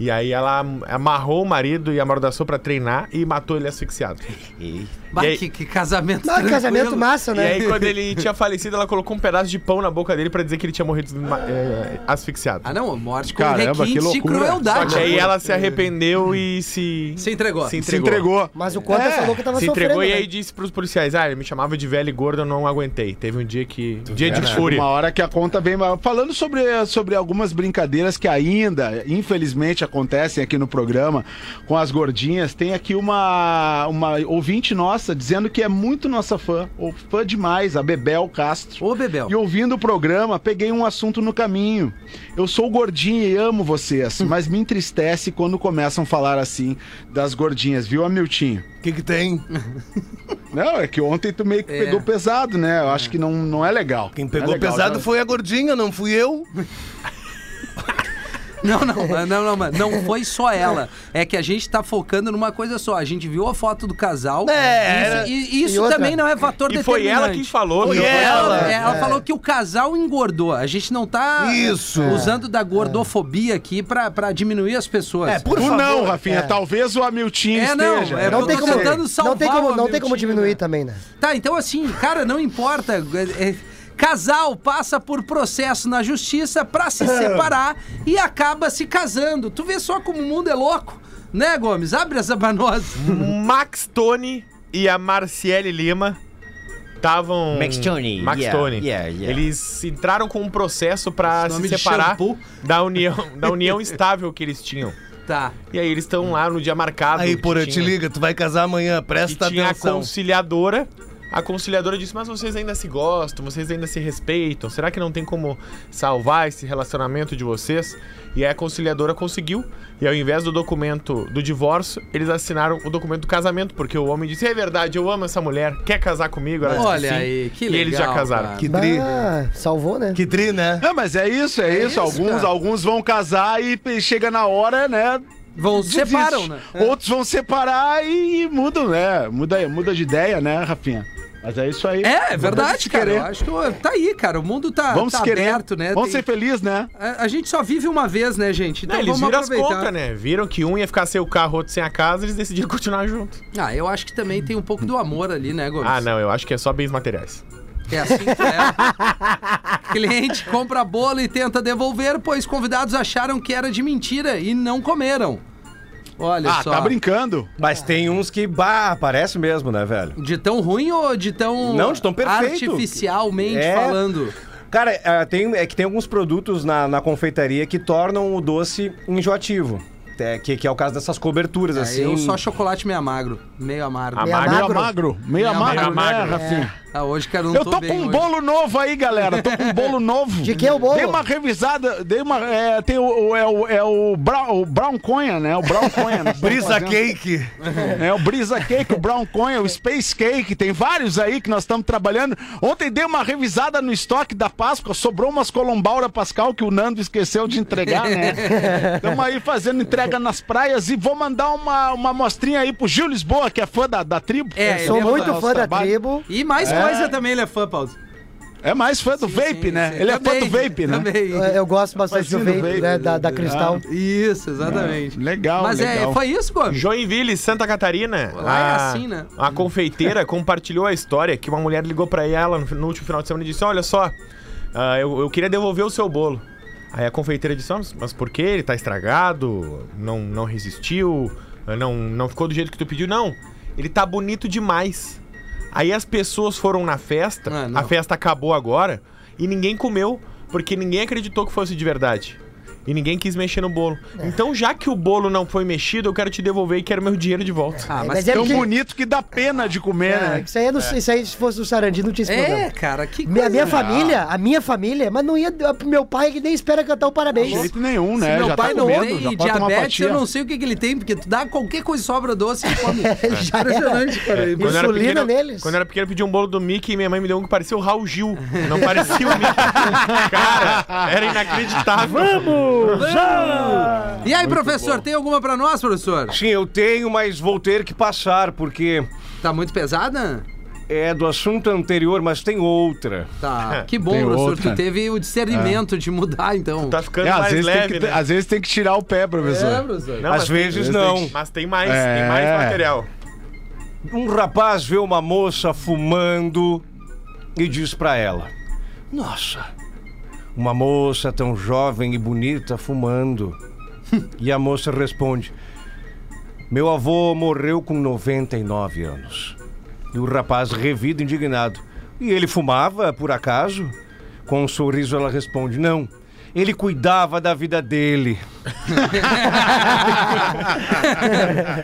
S7: E aí ela am- amarrou o marido e amordaçou para treinar e matou ele asfixiado.
S3: Bah,
S7: E aí-
S3: que, que casamento
S5: Mas Ah, casamento
S3: tranquilo.
S5: massa,
S7: E
S5: né?
S7: aí quando ele tinha falecido, ela colocou um pedaço de pão na boca dele para dizer que ele tinha morrido ma- é, asfixiado.
S3: Ah, não, morte com
S4: Caramba, que
S3: requintes de
S4: loucura.
S7: Só
S3: crueldade.
S7: que aí ela se arrependeu e se...
S3: Se entregou.
S7: Se
S4: Se
S7: entregou.
S4: entregou.
S5: Mas o Conta
S4: É,
S5: falou que tava
S7: Se
S5: sofrendo.
S7: entregou e
S5: né?
S7: aí disse pros policiais: Ah, ele me chamava de velho e gordo, eu não aguentei. Teve um dia que. dia de
S4: Chega
S7: fúria.
S4: Uma hora que a conta vem. maior. Falando sobre, sobre algumas brincadeiras que ainda, infelizmente, acontecem aqui no programa com as gordinhas, tem aqui uma, uma ouvinte nossa dizendo que é muito nossa fã, ou fã demais, a Bebel Castro.
S3: Ô, Bebel.
S4: E ouvindo o programa, peguei um assunto no caminho. Eu sou gordinha e amo vocês, mas me entristece quando começam a falar assim das gordinhas, viu, Amiltinho?
S8: O que, que tem?
S4: Não, é que ontem tu meio que
S3: É.
S4: pegou pesado, né? Eu acho que não, não é legal.
S8: Quem
S4: Não é
S8: pegou
S4: legal,
S8: pesado
S4: já-
S8: foi a gordinha, não fui eu.
S3: Não, não, mas- não, não, mas não foi só ela. É que a gente tá focando numa coisa só. A gente viu a foto do casal.
S8: É,
S3: isso,
S8: era-
S3: e- e isso
S5: e outra.
S3: também não é fator
S7: E foi ela quem
S3: determinante.
S7: falou.
S8: Foi
S7: não
S8: ela.
S3: Ela,
S8: É.
S3: ela falou que o casal engordou. A gente não tá
S8: Isso.
S3: usando da gordofobia aqui pra, pra diminuir as pessoas.
S8: É, por
S4: tu
S8: favor.
S4: não, Rafinha.
S5: É.
S4: Talvez o Hamilton
S3: É, não,
S4: esteja.
S3: é
S5: Não
S3: Eu
S5: tem,
S3: tô
S5: como,
S3: tentando
S5: não tem
S3: salvar o
S5: como, não tem como
S3: Hamilton,
S5: diminuir
S3: né?
S5: também, né?
S3: Tá, então assim, cara, não importa. É, é, casal passa por processo na justiça pra se separar e acaba se casando. Tu vê só como o mundo é louco. Né, Gomes? Abre essa pra nós.
S7: Hum. Max Tone e a Marciele Lima estavam.
S6: Max Tone,
S7: Max
S6: yeah,
S7: Tone.
S6: yeah, yeah.
S7: Eles entraram com um processo pra
S3: Esse
S7: se
S3: nome de
S7: separar
S3: shampoo.
S7: da união, da união estável que eles tinham.
S3: Tá.
S7: E aí eles estão lá no dia marcado.
S8: Aí,
S7: que
S8: porra, te
S7: tinha-
S8: liga, tu vai casar amanhã,
S7: E
S8: presta
S7: tinha a
S8: atenção.
S7: conciliadora. A conciliadora disse: Mas vocês ainda se gostam, vocês ainda se respeitam. Será que não tem como salvar esse relacionamento de vocês? E aí a conciliadora conseguiu. E ao invés do documento do divórcio, eles assinaram o documento do casamento, porque o homem disse: É verdade, eu amo essa mulher, quer casar comigo? Ela disse
S3: Olha
S7: sim.
S3: aí, que
S7: E
S3: legal.
S7: eles já casaram.
S3: cara.
S8: Que tri,
S5: Ah, salvou, né?
S8: que tri, né?
S4: Não, mas é isso, é, isso.
S3: isso,
S4: Alguns,
S3: cara.
S4: alguns vão casar e pe- chega na hora, né?
S3: Vão
S4: desiste.
S3: separam, né?
S4: Outros vão separar e, e mudam, né? Muda, muda de ideia, né, Rafinha? Mas é isso aí.
S3: É, é
S4: Vamos
S3: verdade,
S4: se
S3: cara.
S4: querer.
S3: Eu acho que eu- tá aí, cara. O mundo tá,
S4: Vamos
S3: tá
S4: se querer.
S3: aberto, né?
S4: Vamos
S3: Tem-
S4: ser felizes, né?
S3: a, a gente só vive uma vez, né, gente? Então
S7: Não, eles
S3: vamos
S7: viram as
S3: aproveitar.
S7: contas, né? Viram que um ia ficar sem o carro, outro sem a casa, eles decidiram continuar junto.
S4: né?
S3: Ah, eu acho que também tem um pouco do amor ali, né, Gomes?
S7: Ah, não, eu acho que é só bens materiais.
S3: É assim que é. Cliente compra bolo e tenta devolver, pois convidados acharam que era de mentira e não comeram. Olha
S4: Ah,
S3: só.
S4: tá brincando.
S6: Mas tem uns que, bah, parece mesmo, né, velho?
S3: De tão ruim ou de tão.
S6: Não, de tão perfeito.
S3: Artificialmente
S6: É.
S3: falando.
S6: Cara, é, tem, é que tem alguns produtos na, na confeitaria que tornam o doce enjoativo. É, que, que é o caso dessas coberturas,
S3: Ah,
S6: assim.
S3: Eu só chocolate meio magro. Meio amargo.
S7: Ah,
S5: Meio
S7: magro.
S4: Meio
S5: magro.
S4: magro, meio
S3: Meio
S4: amagro,
S7: amagro,
S4: né,
S7: né?
S4: Rafinha?
S3: Ah, hoje, cara, eu não
S4: Eu
S3: tô,
S4: tô
S3: bem
S4: com um
S3: hoje.
S4: bolo novo aí, galera. Tô com um bolo novo.
S5: De que é o bolo?
S4: Dei uma revisada, dei uma. É, tem o, o- é o, é o, Brown, o Brown Conha, né? O Brown Conha. né?
S8: Brisa Cake.
S4: É o Brisa Cake, o Brown Conha, o Space Cake, tem vários aí que nós estamos trabalhando. Ontem dei uma revisada no estoque da Páscoa, sobrou umas colombaura pascal que o Nando esqueceu de entregar, né? Estamos aí fazendo entrega nas praias e vou mandar uma, uma mostrinha aí pro Gil Lisboa, que é fã da, da tribo.
S3: É,
S5: Sou
S3: ele é
S5: muito
S3: fã.
S5: fã da
S4: trabalho.
S5: tribo.
S3: E mais coisa também, ele é fã, Paulo.
S4: É mais fã do Vape, né? Ele é fã do Vape, né?
S5: Eu, É, eu gosto bastante do
S4: Rapazinho do
S5: vape,
S4: vape,
S5: né, da, da Cristal.
S3: Isso, exatamente.
S4: Ah, legal,
S3: Mas é,
S4: legal.
S3: foi isso, Gomes?
S7: Joinville, Santa Catarina.
S3: Lá é
S7: a-
S3: assim, né?
S7: A confeiteira compartilhou a história que uma mulher ligou pra ela no, no último final de semana e disse: Olha só, ah, eu, eu queria devolver o seu bolo. Aí a confeiteira disse: "Ah, mas- Mas por que? Ele tá estragado? Não, não resistiu? Ah, Não, não ficou do jeito que tu pediu? Não. Ele tá bonito demais. Aí as pessoas foram na festa,
S3: Ah, não.
S7: a festa acabou agora e ninguém comeu porque ninguém acreditou que fosse de verdade. E ninguém quis mexer no bolo.
S5: É.
S7: Então, já que o bolo não foi mexido, eu quero te devolver e quero meu dinheiro de volta.
S3: Ah, mas...
S5: Mas é
S4: Tão
S5: porque-
S4: um bonito que dá pena de comer,
S5: É,
S4: né?
S5: isso, aí é do- isso aí, se fosse do Sarandi, não tinha esse
S3: É,
S5: problema.
S3: cara, que
S5: Minha, minha
S3: coisa.
S5: família, a minha família, mas não ia. Meu pai que nem espera cantar o
S4: De
S5: parabéns.
S4: jeito nenhum,
S3: Se
S4: né?
S3: meu
S4: já
S3: pai
S4: tá
S3: não
S4: comendo, já
S3: tem
S4: bota uma
S3: diabetes, eu
S4: fatia.
S3: não sei o que, que ele tem, porque tu dá qualquer coisa e sobra doce e come. É
S5: Já era.
S3: Impressionante,
S4: É,
S3: cara.
S7: Quando eu era
S5: Insulina
S7: pequeno-
S5: neles.
S7: Quando eu era pequeno, eu pedi um bolo do Mickey e minha mãe me deu um que parecia o Raul Gil. Não parecia o Mickey. Cara, era inacreditável.
S3: E aí, professor, tem alguma pra nós, professor?
S6: Sim, eu tenho, mas vou ter que passar, porque
S3: Tá muito pesada?
S6: é do assunto anterior, mas tem outra.
S3: Tá. Que bom,
S4: Tem
S3: professor. Tu
S4: outra.
S3: teve o discernimento de mudar, então.
S7: Tá
S4: É,
S7: ficando
S4: às,
S7: mais
S4: vezes
S7: leve,
S4: tem que,
S7: né?
S4: às vezes tem que tirar o pé,
S3: É,
S4: professor.
S3: professor.
S7: Não,
S6: Às
S7: mas-
S6: vezes
S7: mas
S6: não.
S7: tem- mas tem mais,
S4: É.
S7: tem mais material.
S6: Um rapaz vê uma moça fumando e diz pra ela: Nossa, uma moça tão jovem e bonita fumando. e a moça responde: Meu avô morreu com 99 anos. E o rapaz revida indignado: E ele fumava, por acaso? Com um sorriso ela responde: Não. Ele cuidava da vida dele.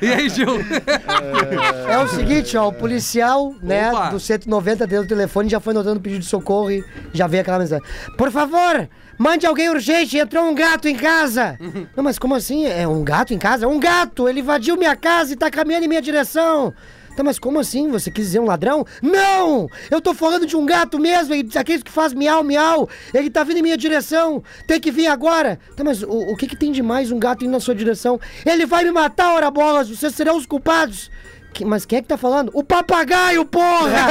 S3: E aí, Gil?
S5: É o seguinte, ó, o policial, né,
S3: Opa.
S5: do 190 dentro do telefone já foi notando o pedido de socorro e já veio aquela mensagem. Por favor, mande alguém urgente, entrou um gato em casa. Não, mas como assim? É um gato em casa? Um gato, ele invadiu minha casa e tá caminhando em minha direção. Tá, mas como assim? Você quis dizer um ladrão? Não! Eu tô falando de um gato mesmo, e aqueles que faz miau, miau. Ele tá vindo em minha direção. Tem que vir agora. Tá, mas o, o que que tem de mais um gato indo na sua direção? Ele vai me matar, ora bolas. Vocês serão os culpados. Que- mas quem é que tá falando? O papagaio, porra!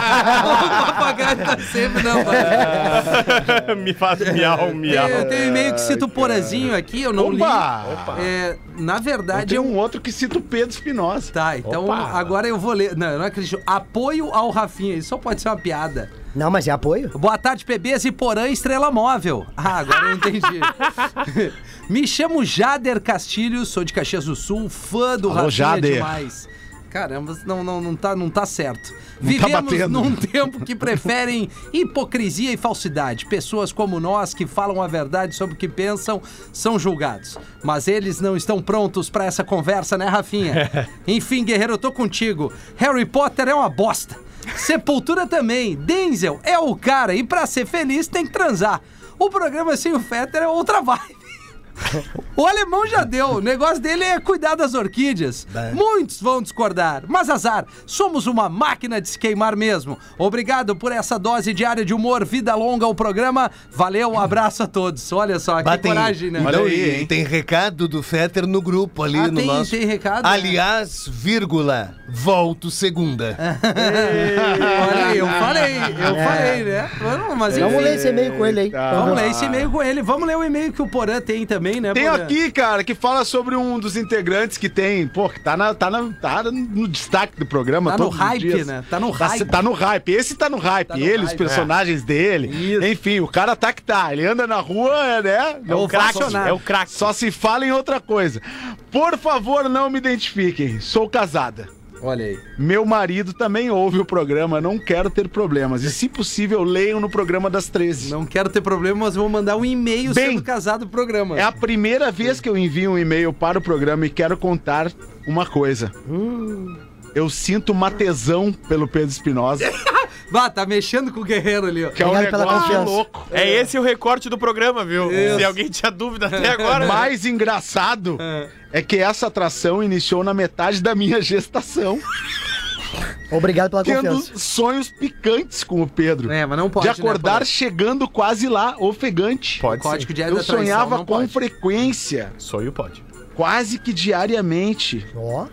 S3: o papagaio tá sempre na parada.
S4: É.
S6: Me faz miau,
S3: Tem, tem um e-mail que cita o Porazinho aqui, eu não li.
S4: Opa!
S3: É, na verdade,
S4: Tem
S3: é um
S4: um outro que cita o Pedro Espinosa.
S3: Tá, então
S4: Opa!
S3: agora eu vou ler. Não, eu não acredito. Apoio ao Rafinha. Isso só pode ser uma piada.
S5: Não, mas é apoio.
S3: Boa tarde, PBs e Porã Estrela Móvel. Ah, agora eu entendi. Me chamo Jader Castilho, sou de Caxias do Sul, fã do
S4: Alô,
S3: Rafinha
S4: Jader.
S3: demais. Caramba, não, não, não, tá, não tá certo.
S4: tá
S3: Vivemos
S4: batendo.
S3: num tempo que preferem hipocrisia e falsidade. Pessoas como nós que falam a verdade sobre o que pensam são julgados. Mas eles não estão prontos pra essa conversa, né, Rafinha? Enfim, guerreiro, eu tô contigo. Harry Potter é uma bosta. Sepultura também. Denzel é o cara e pra ser feliz tem que transar. O programa sem o Fetter é outra vibe. O alemão já deu. O negócio dele é cuidar das orquídeas. Muitos vão discordar, mas azar. Somos uma máquina de se queimar mesmo. Obrigado por essa dose diária de humor. Vida longa ao programa. Valeu, um abraço a todos. Olha só, que
S8: Batem,
S3: coragem, né?
S8: Olha
S4: aí,
S8: aí,
S4: hein?
S8: Tem recado do Fetter no grupo ali
S3: Ah,
S8: no
S3: tem-
S8: nosso.
S3: tem recado, né?
S8: Aliás, vírgula, volto segunda.
S3: É. Olha aí, eu falei, eu falei, né? Vamos, Mas enfim.
S5: Vamos ler esse e-mail com ele aí.
S3: Ah. Vamos ler esse e-mail com ele. Vamos ler o e-mail que o Porã tem também, né?
S4: Tem
S3: Porã?
S4: aqui, cara, que fala sobre um dos integrantes que tem, pô, que tá, na, tá, na, tá no destaque do programa
S3: Tá no
S4: todos os
S3: hype,
S4: dias.
S3: né? Tá no
S4: Tá,
S3: hype.
S4: tá no hype. Esse tá no hype.
S3: Tá no
S4: ele, os
S3: hype,
S4: personagens dele.
S3: Isso.
S4: Enfim, o cara tá que tá. Ele anda na rua, né?
S3: É o
S4: craque.
S3: funcionário.
S4: É o craque. Só se fala em outra coisa. Por favor, não me identifiquem. Sou casada.
S3: Olha aí.
S4: Meu marido também ouve o programa, não quero ter problemas. E se possível, leiam no programa das 13.
S3: Não quero ter problema, mas vou mandar um e-mail
S4: Bem,
S3: sendo casado pro programa.
S4: É a primeira vez que eu envio um e-mail para o programa e quero contar uma coisa. Eu sinto uma tesão pelo Pedro Espinosa.
S3: Vá, tá mexendo com o guerreiro ali, ó.
S4: Que é um
S5: Obrigado pela
S4: negócio
S5: confiança.
S4: louco.
S7: É esse o recorte do programa, viu?
S3: Isso.
S7: Se alguém tinha dúvida até agora.
S4: mais engraçado
S3: É.
S4: é que essa atração iniciou na metade da minha gestação,
S5: Obrigado pela
S4: tendo
S5: confiança.
S4: sonhos picantes com o Pedro.
S3: É, mas não pode.
S4: de acordar
S3: né,
S4: chegando quase lá, ofegante.
S3: Paulo?
S7: Pode
S3: Código de
S4: Eu
S3: da traição,
S4: sonhava
S3: não
S4: com um
S3: pode.
S4: frequência,
S7: Sonho pode.
S4: quase que diariamente.
S5: Ó.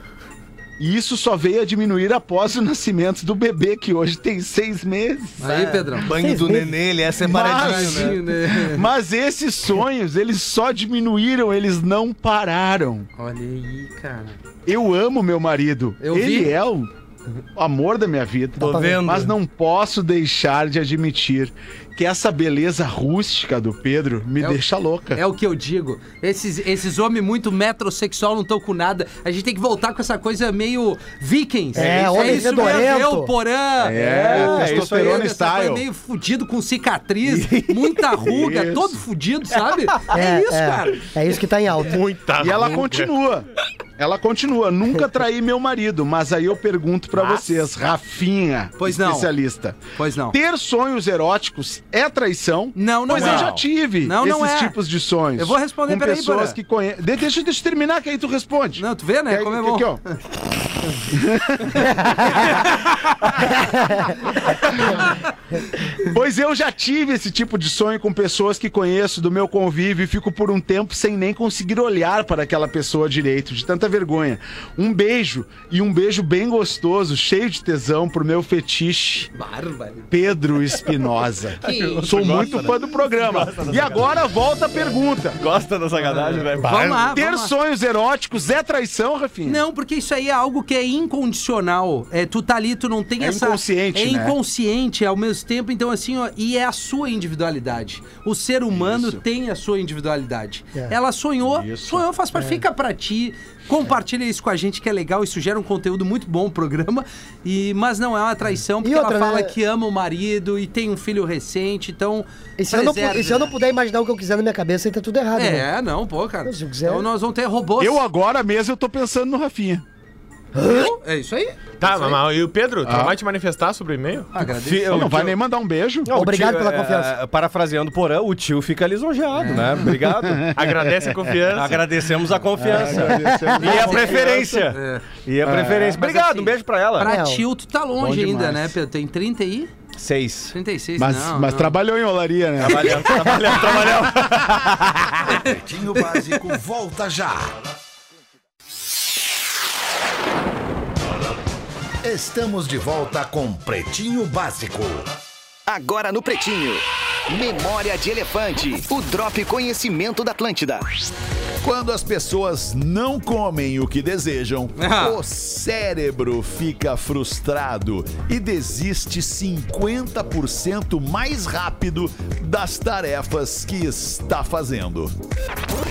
S4: E isso só veio a diminuir após o nascimento do bebê, que hoje tem seis meses.
S3: Aí, Pedrão.
S8: Banho do nenê, ele é separadinho, né?
S3: Sim, né?
S4: Mas esses sonhos, eles só diminuíram, eles não pararam.
S3: Olha aí, cara.
S4: Eu amo meu marido.
S3: Eu
S4: Ele
S3: vi.
S4: é o amor da minha vida.
S8: Tô vendo.
S4: Mas não posso deixar de admitir que essa beleza rústica do Pedro me
S3: É o-
S4: deixa louca.
S3: É o que eu digo. Esses, esses homens muito metrosexual não estão com nada. A gente tem que voltar com essa coisa meio vikings.
S5: É, homem
S3: isso mesmo,
S5: fedorento.
S3: eu, porã.
S4: É,
S3: isso aí,
S4: testosterone
S3: essa coisa
S4: style.
S3: meio fudido, com cicatriz, muita ruga,
S4: Isso.
S3: todo fudido, sabe? É, isso, cara.
S5: É isso que tá em alta.
S7: Muita.
S4: E ela
S7: ruga.
S4: continua. Ela continua. Nunca traí meu marido, mas aí eu pergunto pra vocês, Rafinha,
S3: Pois não.
S4: especialista.
S3: Pois não.
S4: Ter sonhos eróticos é traição?
S3: Não, não
S4: Pois
S3: é.
S4: eu já tive
S3: Não,
S4: esses
S3: não é.
S4: tipos de sonhos.
S3: Eu vou responder,
S4: com
S3: peraí,
S4: pessoas
S3: Porã.
S4: que conhecem. Deixa, deixa eu terminar que aí tu responde.
S3: Não, tu vê, né?
S4: Que aí-
S3: Como é
S4: que-
S3: bom.
S4: que, ó. pois eu já tive esse tipo de sonho com pessoas que conheço do meu convívio e fico por um tempo sem nem conseguir olhar para aquela pessoa direito, de tanta vergonha. Um beijo, e um beijo bem gostoso, cheio de tesão pro meu fetiche.
S3: Bárbaro.
S4: Pedro Espinosa. Sou muito fã do programa. E agora volta a pergunta.
S6: Gosta da sacanagem, né?
S3: Ah, Vamos lá,
S4: Ter
S3: vamos lá.
S4: sonhos eróticos é traição, Rafinha?
S3: Não, porque isso aí é algo que é incondicional. É, tu tá ali, tu não tem
S4: É
S3: essa.
S4: inconsciente,
S3: É
S4: né?
S3: inconsciente ao mesmo tempo. Então, assim, ó, e é a sua individualidade. O ser humano tem a sua individualidade.
S5: É.
S3: Ela sonhou, sonhou, faz parte. Fica pra ti. Compartilha isso com a gente, que é legal. Isso gera um conteúdo muito bom, o programa. E, mas não é uma traição, porque
S5: outra,
S3: ela fala
S5: né?
S3: que ama o marido e tem um filho recente. Então.
S5: E se, eu não, pu-
S3: preserve,
S5: e se eu não
S3: né?
S5: puder imaginar o que eu quiser na minha cabeça, aí tá tudo errado. né?
S3: É, não, pô, cara.
S5: Se eu quiser.
S3: Então nós vamos ter robôs.
S4: Eu agora mesmo eu tô pensando no Rafinha.
S3: É isso aí.
S7: Tá, mas e o Pedro,
S3: Ah.
S7: tu não vai te manifestar sobre o e-mail?
S3: Agradeço.
S6: Fi-
S4: Ele não
S6: o
S4: vai
S6: tio-
S4: nem mandar um beijo.
S6: Não, o
S5: Obrigado
S6: tio,
S5: pela
S6: é,
S5: confiança.
S6: parafraseando Porã, o tio fica lisonjeado, né? Obrigado.
S7: Agradece a confiança.
S6: Agradecemos a confiança. e a preferência.
S3: É.
S6: E a preferência. Obrigado,
S3: assim,
S6: um beijo pra ela.
S3: Pra
S5: Não.
S3: tio, tu tá longe
S4: Bom
S3: ainda,
S4: demais.
S3: né, Pedro? Tem 30 aí?
S6: Seis.
S3: 36,
S4: Mas,
S3: não.
S4: mas
S3: não.
S4: trabalhou em olaria, né?
S6: Trabalhando, trabalhando, trabalhando.
S2: Pretinho Básico volta já. Estamos de volta com Pretinho Básico.
S9: Agora no Pretinho. Memória de Elefante. O Drop Conhecimento da Atlântida.
S2: Quando as pessoas não comem o que desejam,
S3: Ah.
S2: o cérebro fica frustrado e desiste 50% mais rápido das tarefas que está fazendo.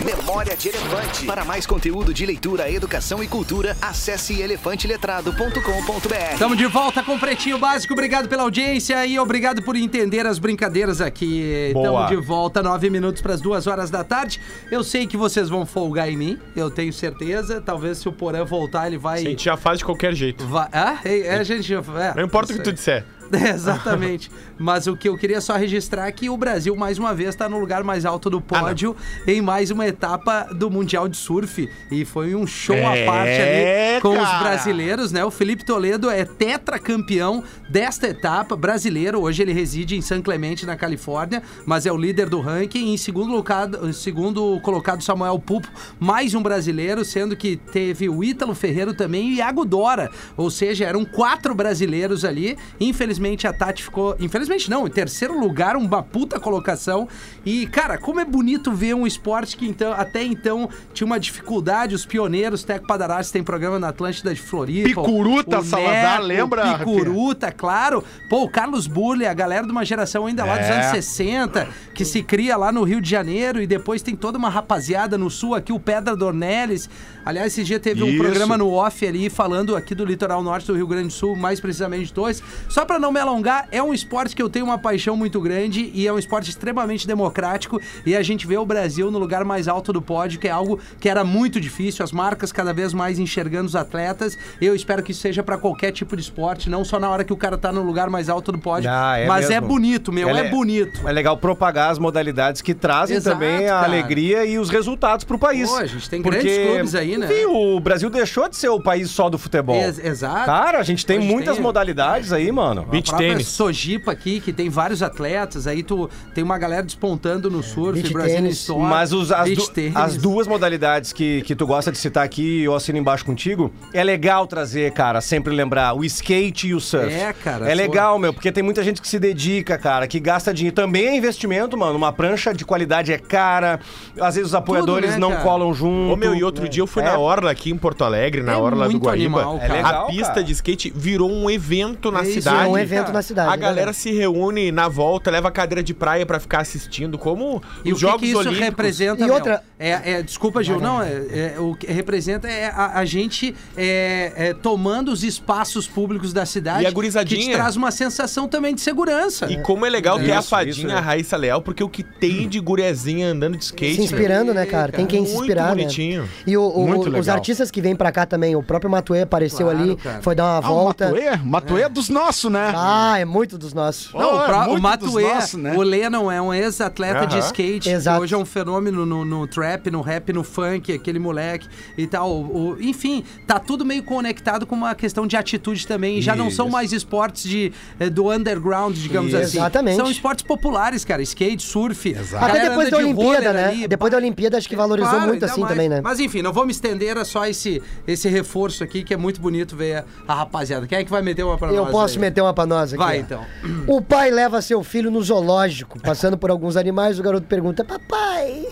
S9: Memória de Elefante. Para mais conteúdo de leitura, educação e cultura, acesse elefanteletrado.com.br.
S3: Estamos de volta com o Pretinho Básico. Obrigado pela audiência e obrigado por entender as brincadeiras aqui.
S6: Boa.
S3: Estamos de volta, nove minutos para as duas horas da tarde. Eu sei que vocês vão folgar em mim, eu tenho certeza. Talvez se o Porã voltar, ele vai.
S7: A gente já faz de qualquer jeito.
S3: vai... Ah, é, é, a gente. É,
S7: Não importa o que tu disser.
S3: É, exatamente. Mas o que eu queria só registrar é que o Brasil, mais uma vez, está no lugar mais alto do pódio em mais uma etapa do Mundial de Surf. E foi um show à parte ali com os
S4: cara.
S3: brasileiros, né? O Felipe Toledo é tetracampeão desta etapa, brasileiro. Hoje ele reside em San Clemente, na Califórnia, mas é o líder do ranking. Em segundo, colocado, segundo colocado, Samuel Pupo, mais um brasileiro, sendo que teve o Ítalo Ferreiro também e o Iago Dora. Ou seja, eram quatro brasileiros ali. Infelizmente, a Tati ficou. Infelizmente, não, em terceiro lugar, uma puta colocação. E, cara, como é bonito ver um esporte que então, até então tinha uma dificuldade. Os pioneiros, Teco Padarassi tem programa na Atlântida de Floripa.
S4: Picuruta,
S3: o
S4: Salazar, lembra, Rafinha?
S3: Picuruta, claro. Pô, o Carlos Burle, a galera de uma geração ainda lá dos
S4: É.
S3: anos 60, que se cria lá no Rio de Janeiro e depois tem toda uma rapaziada no sul aqui, o Pedra Dornelles. Aliás, esse dia teve um
S4: Isso.
S3: programa no off ali falando aqui do litoral norte do Rio Grande do Sul, mais precisamente de Torres. Só pra não me alongar, é um esporte que eu tenho uma paixão muito grande e é um esporte extremamente democrático e a gente vê o Brasil no lugar mais alto do pódio, que é algo que era muito difícil, as marcas cada vez mais enxergando os atletas. Eu espero que isso seja para qualquer tipo de esporte, não só na hora que o cara tá no lugar mais alto do pódio,
S6: Ah, é
S3: mas é
S6: mesmo.
S3: bonito, meu,
S6: Ela
S3: é, bonito.
S6: É legal propagar as modalidades que trazem
S3: Exato,
S6: também a
S3: cara.
S6: alegria e os resultados pro país.
S3: Pô, a gente tem grandes clubes aí, né?
S6: Enfim, o Brasil deixou de ser o país só do futebol.
S3: Ex- exato.
S6: Cara, a gente tem
S3: A gente
S6: muitas
S3: tem-
S6: modalidades aí, mano.
S7: Beach
S3: própria
S7: tênis.
S3: Sojipa aqui, que tem vários atletas, aí tu tem uma galera despontando no surf,
S5: beach
S3: Brazilian
S5: tênis.
S3: Story,
S6: Mas os- as,
S3: beach
S6: du-
S3: tênis.
S6: as duas modalidades que, que tu gosta de citar aqui, eu assino embaixo contigo, é legal trazer, cara, sempre lembrar, o skate e o surf.
S3: É, cara,
S6: É
S3: pô.
S6: legal, meu, porque tem muita gente que se dedica, cara, que gasta dinheiro. Também é investimento, mano. Uma prancha de qualidade é cara, às vezes os apoiadores
S3: né,
S6: não
S3: cara?
S6: colam junto.
S7: Ô meu, e outro dia eu fui
S6: É.
S7: na Orla aqui em Porto Alegre, na
S3: É
S7: Orla do
S3: muito
S7: Guaíba.
S3: animal, cara.
S6: É legal,
S7: a pista
S6: cara.
S7: de skate virou um evento na
S3: É isso,
S7: cidade.
S5: é um evento na cidade,
S7: A
S5: é
S3: né?
S7: galera
S5: verdade.
S7: se reúne na volta, leva cadeira de praia pra ficar assistindo, como
S3: E
S7: os
S3: o que
S7: Jogos
S3: que, isso
S7: Olímpicos.
S3: representa?
S5: E
S3: Léo?
S5: outra-
S3: É, é, desculpa, Gil. Não, é, é, o que representa é a, a gente é, é, tomando os espaços públicos da cidade.
S7: E a gurizadinha?
S3: Que te traz uma sensação também de segurança. né?
S7: E como é legal ter a
S6: Isso,
S7: fadinha
S3: é.
S6: isso, né?
S7: a Raíssa Leal, porque o que tem de guriazinha andando de skate.
S5: Se inspirando, né,
S3: Ih,
S5: cara? Tem
S3: cara,
S5: quem se
S7: muito
S5: inspirar,
S7: bonitinho.
S5: né? E o- o-
S4: Muito
S5: os
S4: legal.
S5: artistas que vêm pra cá também, o próprio Matuê apareceu
S3: Claro,
S5: ali,
S3: cara.
S5: foi dar uma
S4: Ah, o
S5: volta.
S4: Matuê? Matuê é dos nossos, né?
S5: Ah, é muito dos nossos.
S4: Pô,
S3: Não, o
S4: é
S3: pró- o
S4: muito
S3: Matuê,
S4: dos nossos, né?
S3: o Lennon é um ex-atleta de
S7: Aham.
S3: skate,
S5: Exato.
S3: que hoje é um fenômeno no, no trap, no rap, no funk, aquele moleque e tal. O- o- enfim, tá tudo meio conectado com uma questão de atitude também. E já não são mais esportes de, eh, do underground, digamos
S5: Isso.
S3: assim.
S5: Exatamente.
S3: São esportes populares, cara. Skate, surf.
S5: Até
S3: galera
S5: depois
S3: anda
S5: da
S3: de
S5: Olimpíada,
S3: roller
S5: né?
S3: ali,
S5: depois da Olimpíada, acho que valorizou
S3: Claro,
S5: muito
S3: ainda
S5: assim
S3: mais.
S5: também, né?
S3: Mas enfim, não vou me estender, era só esse, esse reforço aqui que é muito bonito ver a, a rapaziada. Quem é que vai meter uma pra
S5: Eu
S3: nós
S5: posso
S3: aí?
S5: meter uma pra nós aqui.
S3: Vai,
S5: ó.
S3: então.
S5: é. O pai leva seu filho no zoológico. Passando por alguns animais, o garoto pergunta: Papai,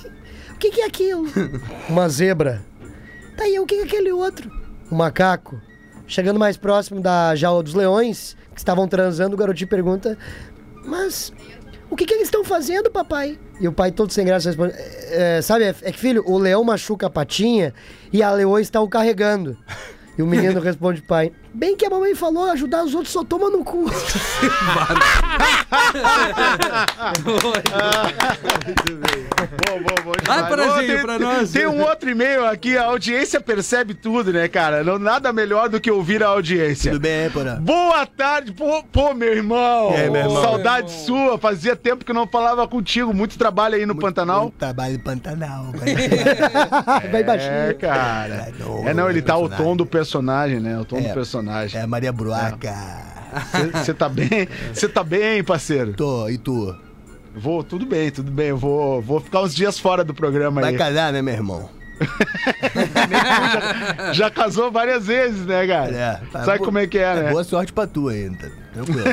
S5: o que, que é aquilo? Uma zebra. Tá aí, o que, que é aquele outro? Um macaco. Chegando mais próximo da jaula dos leões, que estavam transando, o garotinho pergunta: Mas o que, que eles estão fazendo, papai? E o pai, todo sem graça, responde: "É, é, Sabe, é, é que filho, o leão machuca a patinha e a leoa está o carregando. E o menino responde, pai, bem que a mamãe falou, ajudar os outros só toma no cu.
S4: Bom, bom, bom
S3: Vai,
S4: demais.
S3: Porazinho,
S4: Ô, tem-
S3: pra nós.
S4: Tem um outro e-mail aqui, a audiência percebe tudo, né, cara? Não, nada melhor do que ouvir a audiência.
S8: Tudo bem, Porã?
S4: Boa tarde, pô, pô, meu irmão.
S8: E aí, meu irmão?
S4: Saudade sua, fazia tempo que não falava contigo. Muito trabalho aí no Pantanal.
S8: Trabalho em Pantanal.
S5: Vai
S4: É,
S5: baixinho.
S4: cara.
S8: não,
S4: É, não, ele tá o
S8: personagem.
S4: tom do personagem, né? O tom
S8: É.
S4: do personagem.
S8: É Maria Bruaca.
S4: Você tá bem, você tá bem, parceiro?
S8: Tô, e tu?
S4: Vou, tudo bem, tudo bem. Eu Vou, vou ficar uns dias fora do programa
S8: Vai
S4: aí.
S8: casar, né, meu irmão?
S4: Já casou várias vezes, né, cara? Sabe
S8: tá Boa-
S4: como é que é, né?
S8: Boa sorte pra tu ainda. Tranquilo.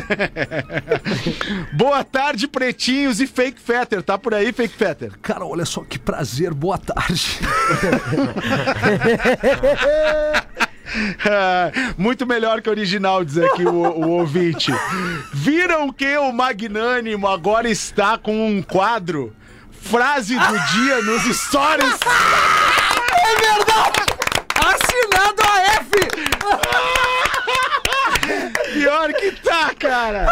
S4: Boa tarde, pretinhos e fake fetter. Tá por aí, fake fetter?
S3: Cara, olha só que prazer, boa tarde.
S4: Ah, Muito melhor que o original, diz aqui o, o ouvinte. Viram que o Magnânimo agora está com um quadro? Frase do dia nos stories.
S3: É Assinado a F!
S4: Pior que tá, cara.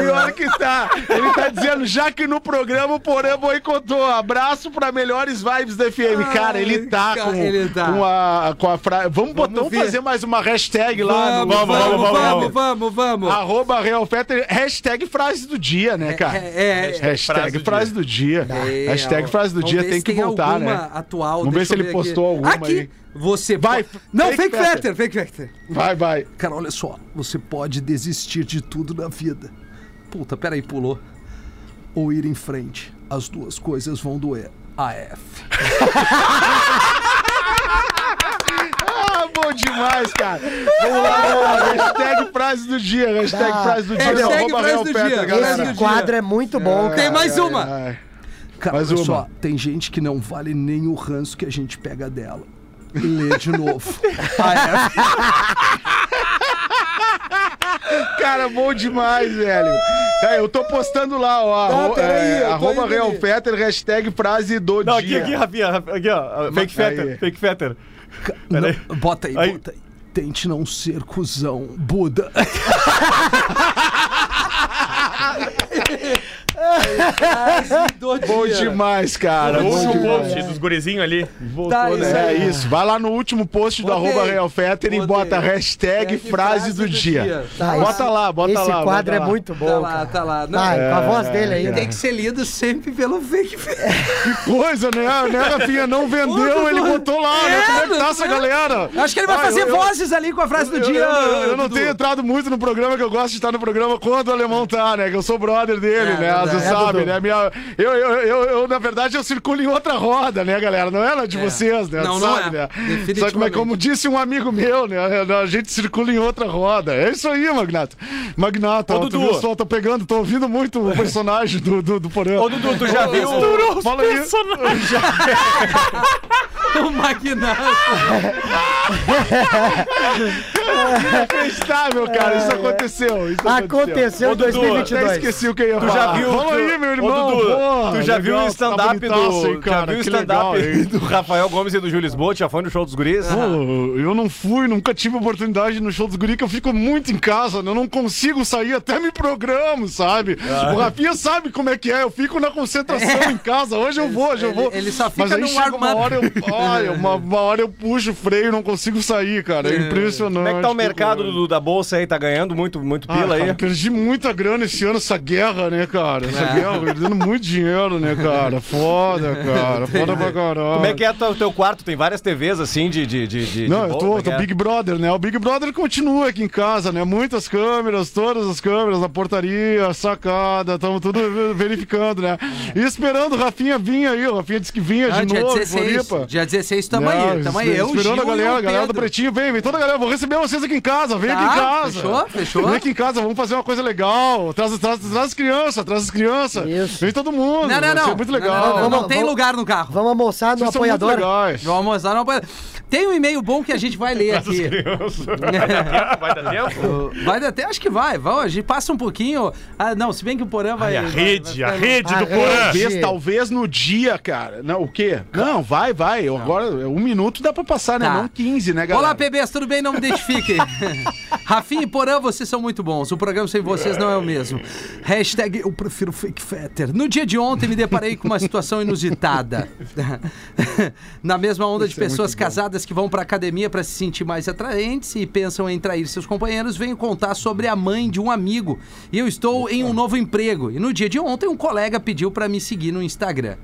S4: Pior que tá. Ele tá dizendo, já que no programa o Porã boicotou, abraço pra melhores vibes da FM. Cara, ele tá
S3: Ai,
S4: com,
S3: ele tá.
S4: com a, com a frase. Vamos, botar,
S3: ver.
S4: vamos fazer mais uma hashtag lá. no-
S3: vamos, vamos, vamos, vamos, vamos,
S4: Arroba Real Fetter, hashtag frase do dia, né, cara?
S3: É, é, é.
S4: Hashtag frase do dia.
S3: É,
S4: Hashtag
S3: ó,
S4: frase do
S3: vamos
S4: dia
S3: ver
S4: tem
S3: se
S4: que voltar,
S3: alguma
S4: né?
S3: Atual,
S4: Vamos ver
S3: deixa
S4: se
S3: eu
S4: ele postou
S3: aqui.
S4: alguma
S3: Aqui,
S4: aí.
S3: você
S4: Vai,
S3: po- Não,
S4: fake
S3: fake
S4: factor.
S3: factor, fake factor.
S4: Vai, vai.
S3: Cara, olha só, você pode desistir de tudo na vida. Puta, peraí, pulou. Ou ir em frente. As duas coisas vão doer. AF.
S4: Ah, bom demais, cara. Vamos lá, vamos lá. Hashtag frase do dia. Hashtag
S5: Tá.
S4: frase do dia.
S3: É, Hashtag
S4: arroba
S3: frase
S4: Real
S3: do
S4: Fetter,
S3: dia.
S4: galera.
S5: Esse quadro é muito bom,
S3: Tem
S5: cara.
S3: mais um. uma.
S4: Ai, ai.
S3: Cara,
S4: Mais
S3: olha
S4: uma.
S3: só, tem gente que não vale nem o ranço que a gente pega dela. Lê de novo. AF.
S4: Cara, bom demais, velho. É, eu tô postando lá,
S3: Tá,
S4: ó. arro- é, arroba Real Fetter, hashtag frase do
S6: Não, aqui,
S4: dia.
S6: aqui, Rafinha, Rafinha, aqui, ó. Fake
S4: aí.
S6: Fetter, fake Fetter. Peraí.
S3: Não, bota aí,
S6: Aí.
S3: bota aí. Tente não ser cuzão, Buda. né?
S4: Bom demais, cara.
S7: O
S4: Bom
S7: último
S4: demais.
S7: post dos gurizinhos ali.
S3: Tá,
S4: Pô, né?
S3: isso
S4: É
S3: aí.
S4: isso. Vai lá no último post do
S3: Botei.
S4: arroba Real Fetter e
S3: Botei.
S4: bota a hashtag
S3: Hashtag
S4: frase do dia.
S5: Tá,
S4: Bota
S5: esse-
S4: lá, bota
S5: Esse
S4: lá.
S5: quadro
S4: bota
S5: é
S4: lá.
S5: muito bom.
S3: Tá lá,
S5: cara.
S3: tá lá. Não,
S5: Vai, com a voz dele aí.
S3: Tem que ser lido sempre pelo fake
S4: Coisa, né? Né, Rafinha? Não vendeu, ele botou lá, né? Como é que tá essa galera?
S3: Acho que ele vai
S4: Ah,
S3: fazer
S4: eu- eu-
S3: vozes ali com a frase do
S4: Eu,
S3: dia.
S4: eu- eu- eu não
S3: Dudu.
S4: tenho entrado muito no programa, que eu gosto de estar no programa quando o alemão tá, né? Que eu sou brother dele,
S3: É,
S4: né? Você
S3: verdade. É,
S4: sabe,
S5: Dudu.
S4: né? Minha, eu, eu, eu, eu, na verdade, eu circulo em outra roda, né, galera? Não é na de
S3: É.
S4: vocês, né?
S3: Não,
S4: Tu
S3: não
S4: sabe,
S3: é.
S4: né? Só que, como, é-
S3: Definitivamente.
S4: como disse um amigo meu, né? A gente circula em outra roda. É isso aí, Magnato. Magnato, ó, tu
S6: Dudu.
S4: viu só, tô pegando, tô ouvindo muito o personagem do, do, do Porã.
S6: Ô, Dudu, tu já viu...
S4: Fala aí.
S3: O magnata.
S4: Inacreditável, cara.
S3: É,
S4: Isso aconteceu. Isso
S3: Ah,
S5: Aconteceu
S6: Ô,
S5: em
S6: Dudu,
S4: Até
S5: 2022.
S4: esqueci o que eu ia
S6: Tu já
S4: falar.
S6: viu.
S4: Fala
S6: tu-
S4: aí, meu
S6: Ô,
S4: irmão.
S6: Dudu,
S4: Porra,
S6: tu já viu
S4: legal,
S6: o
S4: tá
S6: stand-up
S4: bonitaço,
S6: do.
S4: hein, cara,
S6: já viu o
S4: que legal,
S6: stand-up
S4: hein?
S6: do Rafael Gomes e do Júlio Esbote? Já foi no show dos guris?
S4: Pô, eu não fui, nunca tive oportunidade no show dos guri, que eu fico muito em casa, né? eu não consigo sair, até me programo, sabe? O Rafinha sabe como é que é, eu fico na concentração em casa, hoje eu vou, hoje eu
S3: ele-
S4: vou.
S3: ele só fica
S4: Mas aí
S3: no
S4: chega uma
S3: warm-up.
S4: hora, eu, olha, uma, uma hora eu puxo o freio e não consigo sair, cara, é impressionante.
S6: Como é que tá o mercado Dudu, da bolsa aí? Tá ganhando muito, muito
S4: Ah,
S6: pila
S4: cara,
S6: aí?
S4: perdi muita grana esse ano, essa guerra, né, cara?
S6: É.
S4: Essa guerra, perdendo muito dinheiro, né, cara? Foda, cara. Foda pra caralho.
S6: Como é que é o teu quarto? Tem várias TVs assim de. de, de, de-
S4: Não,
S6: de
S4: eu
S6: bolsa, como
S4: tô,
S6: é que
S4: tô
S6: é?
S4: Big Brother, né? O Big Brother continua aqui em casa, né? Muitas câmeras, todas as câmeras, na portaria, sacada, estamos tudo ve- verificando, né? E esperando o Rafinha vir aí, o Rafinha disse que vinha
S3: Ah,
S4: de
S3: dia
S4: novo, em
S3: 16.
S4: Floripa.
S3: Dia 16 tamo aí. Tamo aí.
S4: espe-
S3: Eu,
S4: Esperando
S3: Gil
S4: a galera,
S3: e
S4: a
S3: o
S4: galera do
S3: Pedro.
S4: Pretinho, vem, vem toda a galera, vou receber vocês aqui em casa, vem
S3: Tá,
S4: aqui em casa.
S3: fechou, fechou.
S4: Vem aqui em casa, vamos fazer uma coisa legal, traz, traz, traz as crianças, traz as crianças,
S5: Isso.
S4: vem todo mundo,
S3: Não, não,
S4: vai ser
S3: não.
S4: muito
S3: Não,
S4: legal.
S3: não, não, não
S5: Vamos-
S3: tem
S5: vamos-
S3: lugar no carro.
S5: Vamos almoçar no
S4: Vocês são muito
S5: apoiador.
S4: legais.
S3: Vamos almoçar no apoiador. Tem um e-mail bom que a gente vai ler aqui.
S7: Vai dar tempo?
S3: Vai até, acho que vai. Vamos, a gente passa um pouquinho. Ah, não, se bem que o Porã vai.
S7: E a
S3: vai-
S7: rede, a
S3: vai-
S7: rede do
S5: Ah,
S7: Porã.
S5: rede.
S4: Talvez,
S5: Hoje-
S4: talvez no dia, cara. Não, o quê? Não, vai, vai. Eu Agora, um minuto dá pra passar, né?
S3: Tá.
S4: Não 15, né, galera?
S3: Olá, PBs, tudo bem? Não me identifiquem. Rafinha e Porã, vocês são muito bons. O programa sem vocês não é o mesmo. Hashtag eu prefiro fake fetter. No dia de ontem me deparei com uma situação inusitada. Na mesma onda de pessoas casadas que vão pra academia pra se sentir mais atraentes e pensam em trair seus companheiros, venho contar sobre a mãe de um amigo. E eu estou em um novo emprego. E no dia de ontem um colega pediu pra me seguir no Instagram.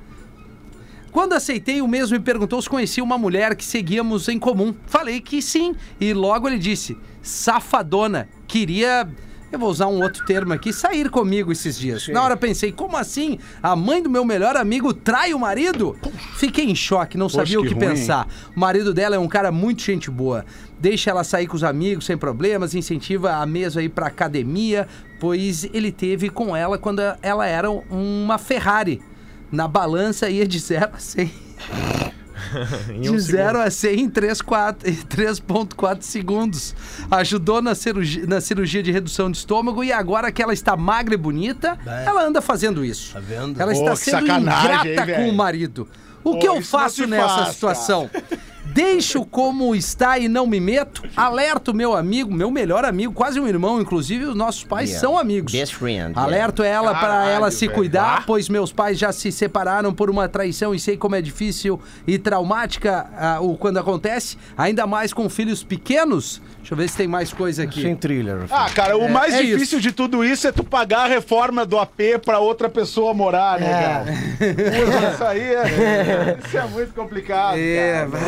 S3: Quando aceitei, o mesmo me perguntou se conhecia uma mulher que seguíamos em comum. Falei que sim, e logo ele disse: safadona, queria. Eu vou usar um outro termo aqui, sair comigo esses dias. Na hora pensei, como assim? A mãe do meu melhor amigo trai o marido? Fiquei em choque, não sabia o
S4: que
S3: que
S4: ruim, hein?
S3: pensar pensar. O marido dela é um cara muito gente boa. Deixa ela sair com os amigos sem problemas, incentiva a mesa a ir pra academia, pois ele teve com ela quando ela era uma Ferrari. Na balança ia de 0 a 100. De 0 a 100 em 3, 4 em 3,4 segundos. Ajudou na cirurgia, na cirurgia de redução de estômago e agora que ela está magra e bonita, ela anda fazendo isso.
S8: vendo?
S3: Ela está
S4: que
S3: sendo
S4: sacanagem, hein,
S3: ingrata com
S4: velho?
S3: o marido. O que
S4: Pô,
S3: eu
S4: isso não
S3: faço
S4: se
S3: nessa
S4: faz, cara.
S3: situação? Deixo como está e não me meto. Alerto meu amigo, meu melhor amigo, quase um irmão, inclusive os nossos pais são amigos.
S8: Best friend,
S3: Alerto ela para
S7: Caralho,
S3: ela se
S7: velho.
S3: cuidar,
S7: Ah.
S3: pois meus pais já se separaram por uma traição e sei como é difícil e traumática ah, o quando acontece, ainda mais com filhos pequenos. Deixa eu ver se tem mais coisa aqui.
S8: Sem thriller.
S4: Ah, cara, o mais
S3: é
S4: difícil de tudo isso é tu pagar a reforma do AP pra outra pessoa morar, né,
S3: É.
S5: É.
S4: cara? Porra, isso aí é, isso é muito complicado,
S3: É,
S4: cara.
S3: pô,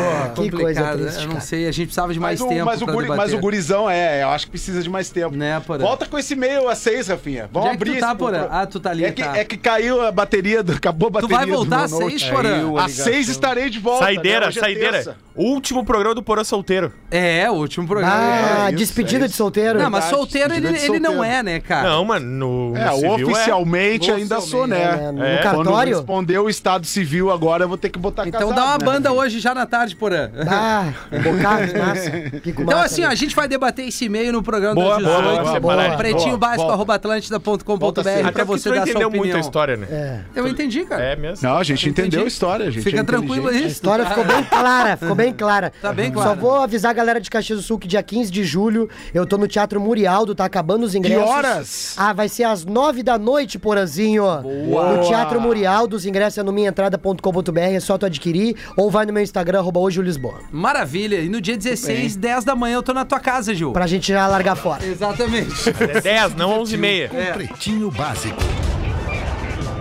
S5: Que
S3: complicado.
S5: coisa triste,
S3: eu não
S5: cara.
S3: sei, a gente precisava de mais
S4: Mas, o,
S3: tempo
S4: mas, o
S3: pra
S4: guri- mas
S3: debater.
S4: o gurizão, é, eu acho que precisa de mais tempo.
S3: Né, Porã?
S4: Volta com esse e-mail às seis, Rafinha. Vamos
S3: Onde é que
S4: abrir
S3: tu tá,
S4: esse-
S3: Porã? Ah, tu tá ali,
S4: É que,
S3: tá.
S4: é que caiu a bateria, do- acabou a
S3: Tu
S4: bateria.
S3: vai voltar às
S4: do tá meu
S3: seis,
S4: note. É,
S3: Porã?
S4: Às seis estarei de volta.
S7: Saideira,
S4: né? Hoje é terça.
S7: saideira. Último programa do Porã Solteiro.
S3: É, o último programa.
S5: Ah,
S4: É isso,
S5: despedida
S4: é
S5: de solteiro.
S3: não, mas solteiro ele,
S4: despedida de
S3: ele não
S4: solteiro.
S3: é, né, cara?
S7: Não, mano, no, no
S4: Ah. É,
S7: civil
S4: oficialmente ainda sou, né?
S5: É, no
S4: Quando
S5: cartório?
S4: responder o Estado Civil agora, eu vou ter que botar
S3: Então
S4: casado,
S3: dá uma
S4: né?
S3: banda hoje já na tarde, Porã.
S6: Boca.
S5: Ah, bocados, massa. Pico
S3: Então,
S5: massa,
S3: assim, ó, a
S5: né?
S3: gente vai debater esse e-mail no programa
S7: Boa,
S3: das
S7: boa,
S3: 18.
S7: boa, boa,
S3: pretinho
S7: boa,
S3: básico,
S7: volta.
S3: arroba atlântida.com.br
S7: Até
S3: pra
S7: porque tu
S3: você
S7: não
S3: dar sua
S7: entendeu
S3: opinião.
S7: muito a história, né?
S5: É.
S3: Eu entendi, cara.
S7: É mesmo.
S4: Não, a gente entendeu a história, a gente.
S3: Fica
S4: é
S3: tranquilo
S4: inteligente.
S3: aí.
S5: A história ficou bem clara, ficou bem clara.
S3: Tá bem clara.
S5: Só vou avisar a galera de Caxias do Sul que dia 15 de julho eu tô no Teatro Murialdo, tá acabando os ingressos.
S4: horas?
S5: Ah, vai ser às 9 da noite, Poranzinho. Boa. No Teatro Murialdo, os ingressos é no minhaentrada.com.br, é só tu adquirir ou vai no meu Instagram, arroba hoje o Lisboa.
S3: Maravilha. E no dia 16, 10 da manhã, eu tô na tua casa, Gil.
S5: Pra gente já largar fora.
S3: Exatamente.
S7: É 10, não 11 e meia.
S2: Pretinho Básico.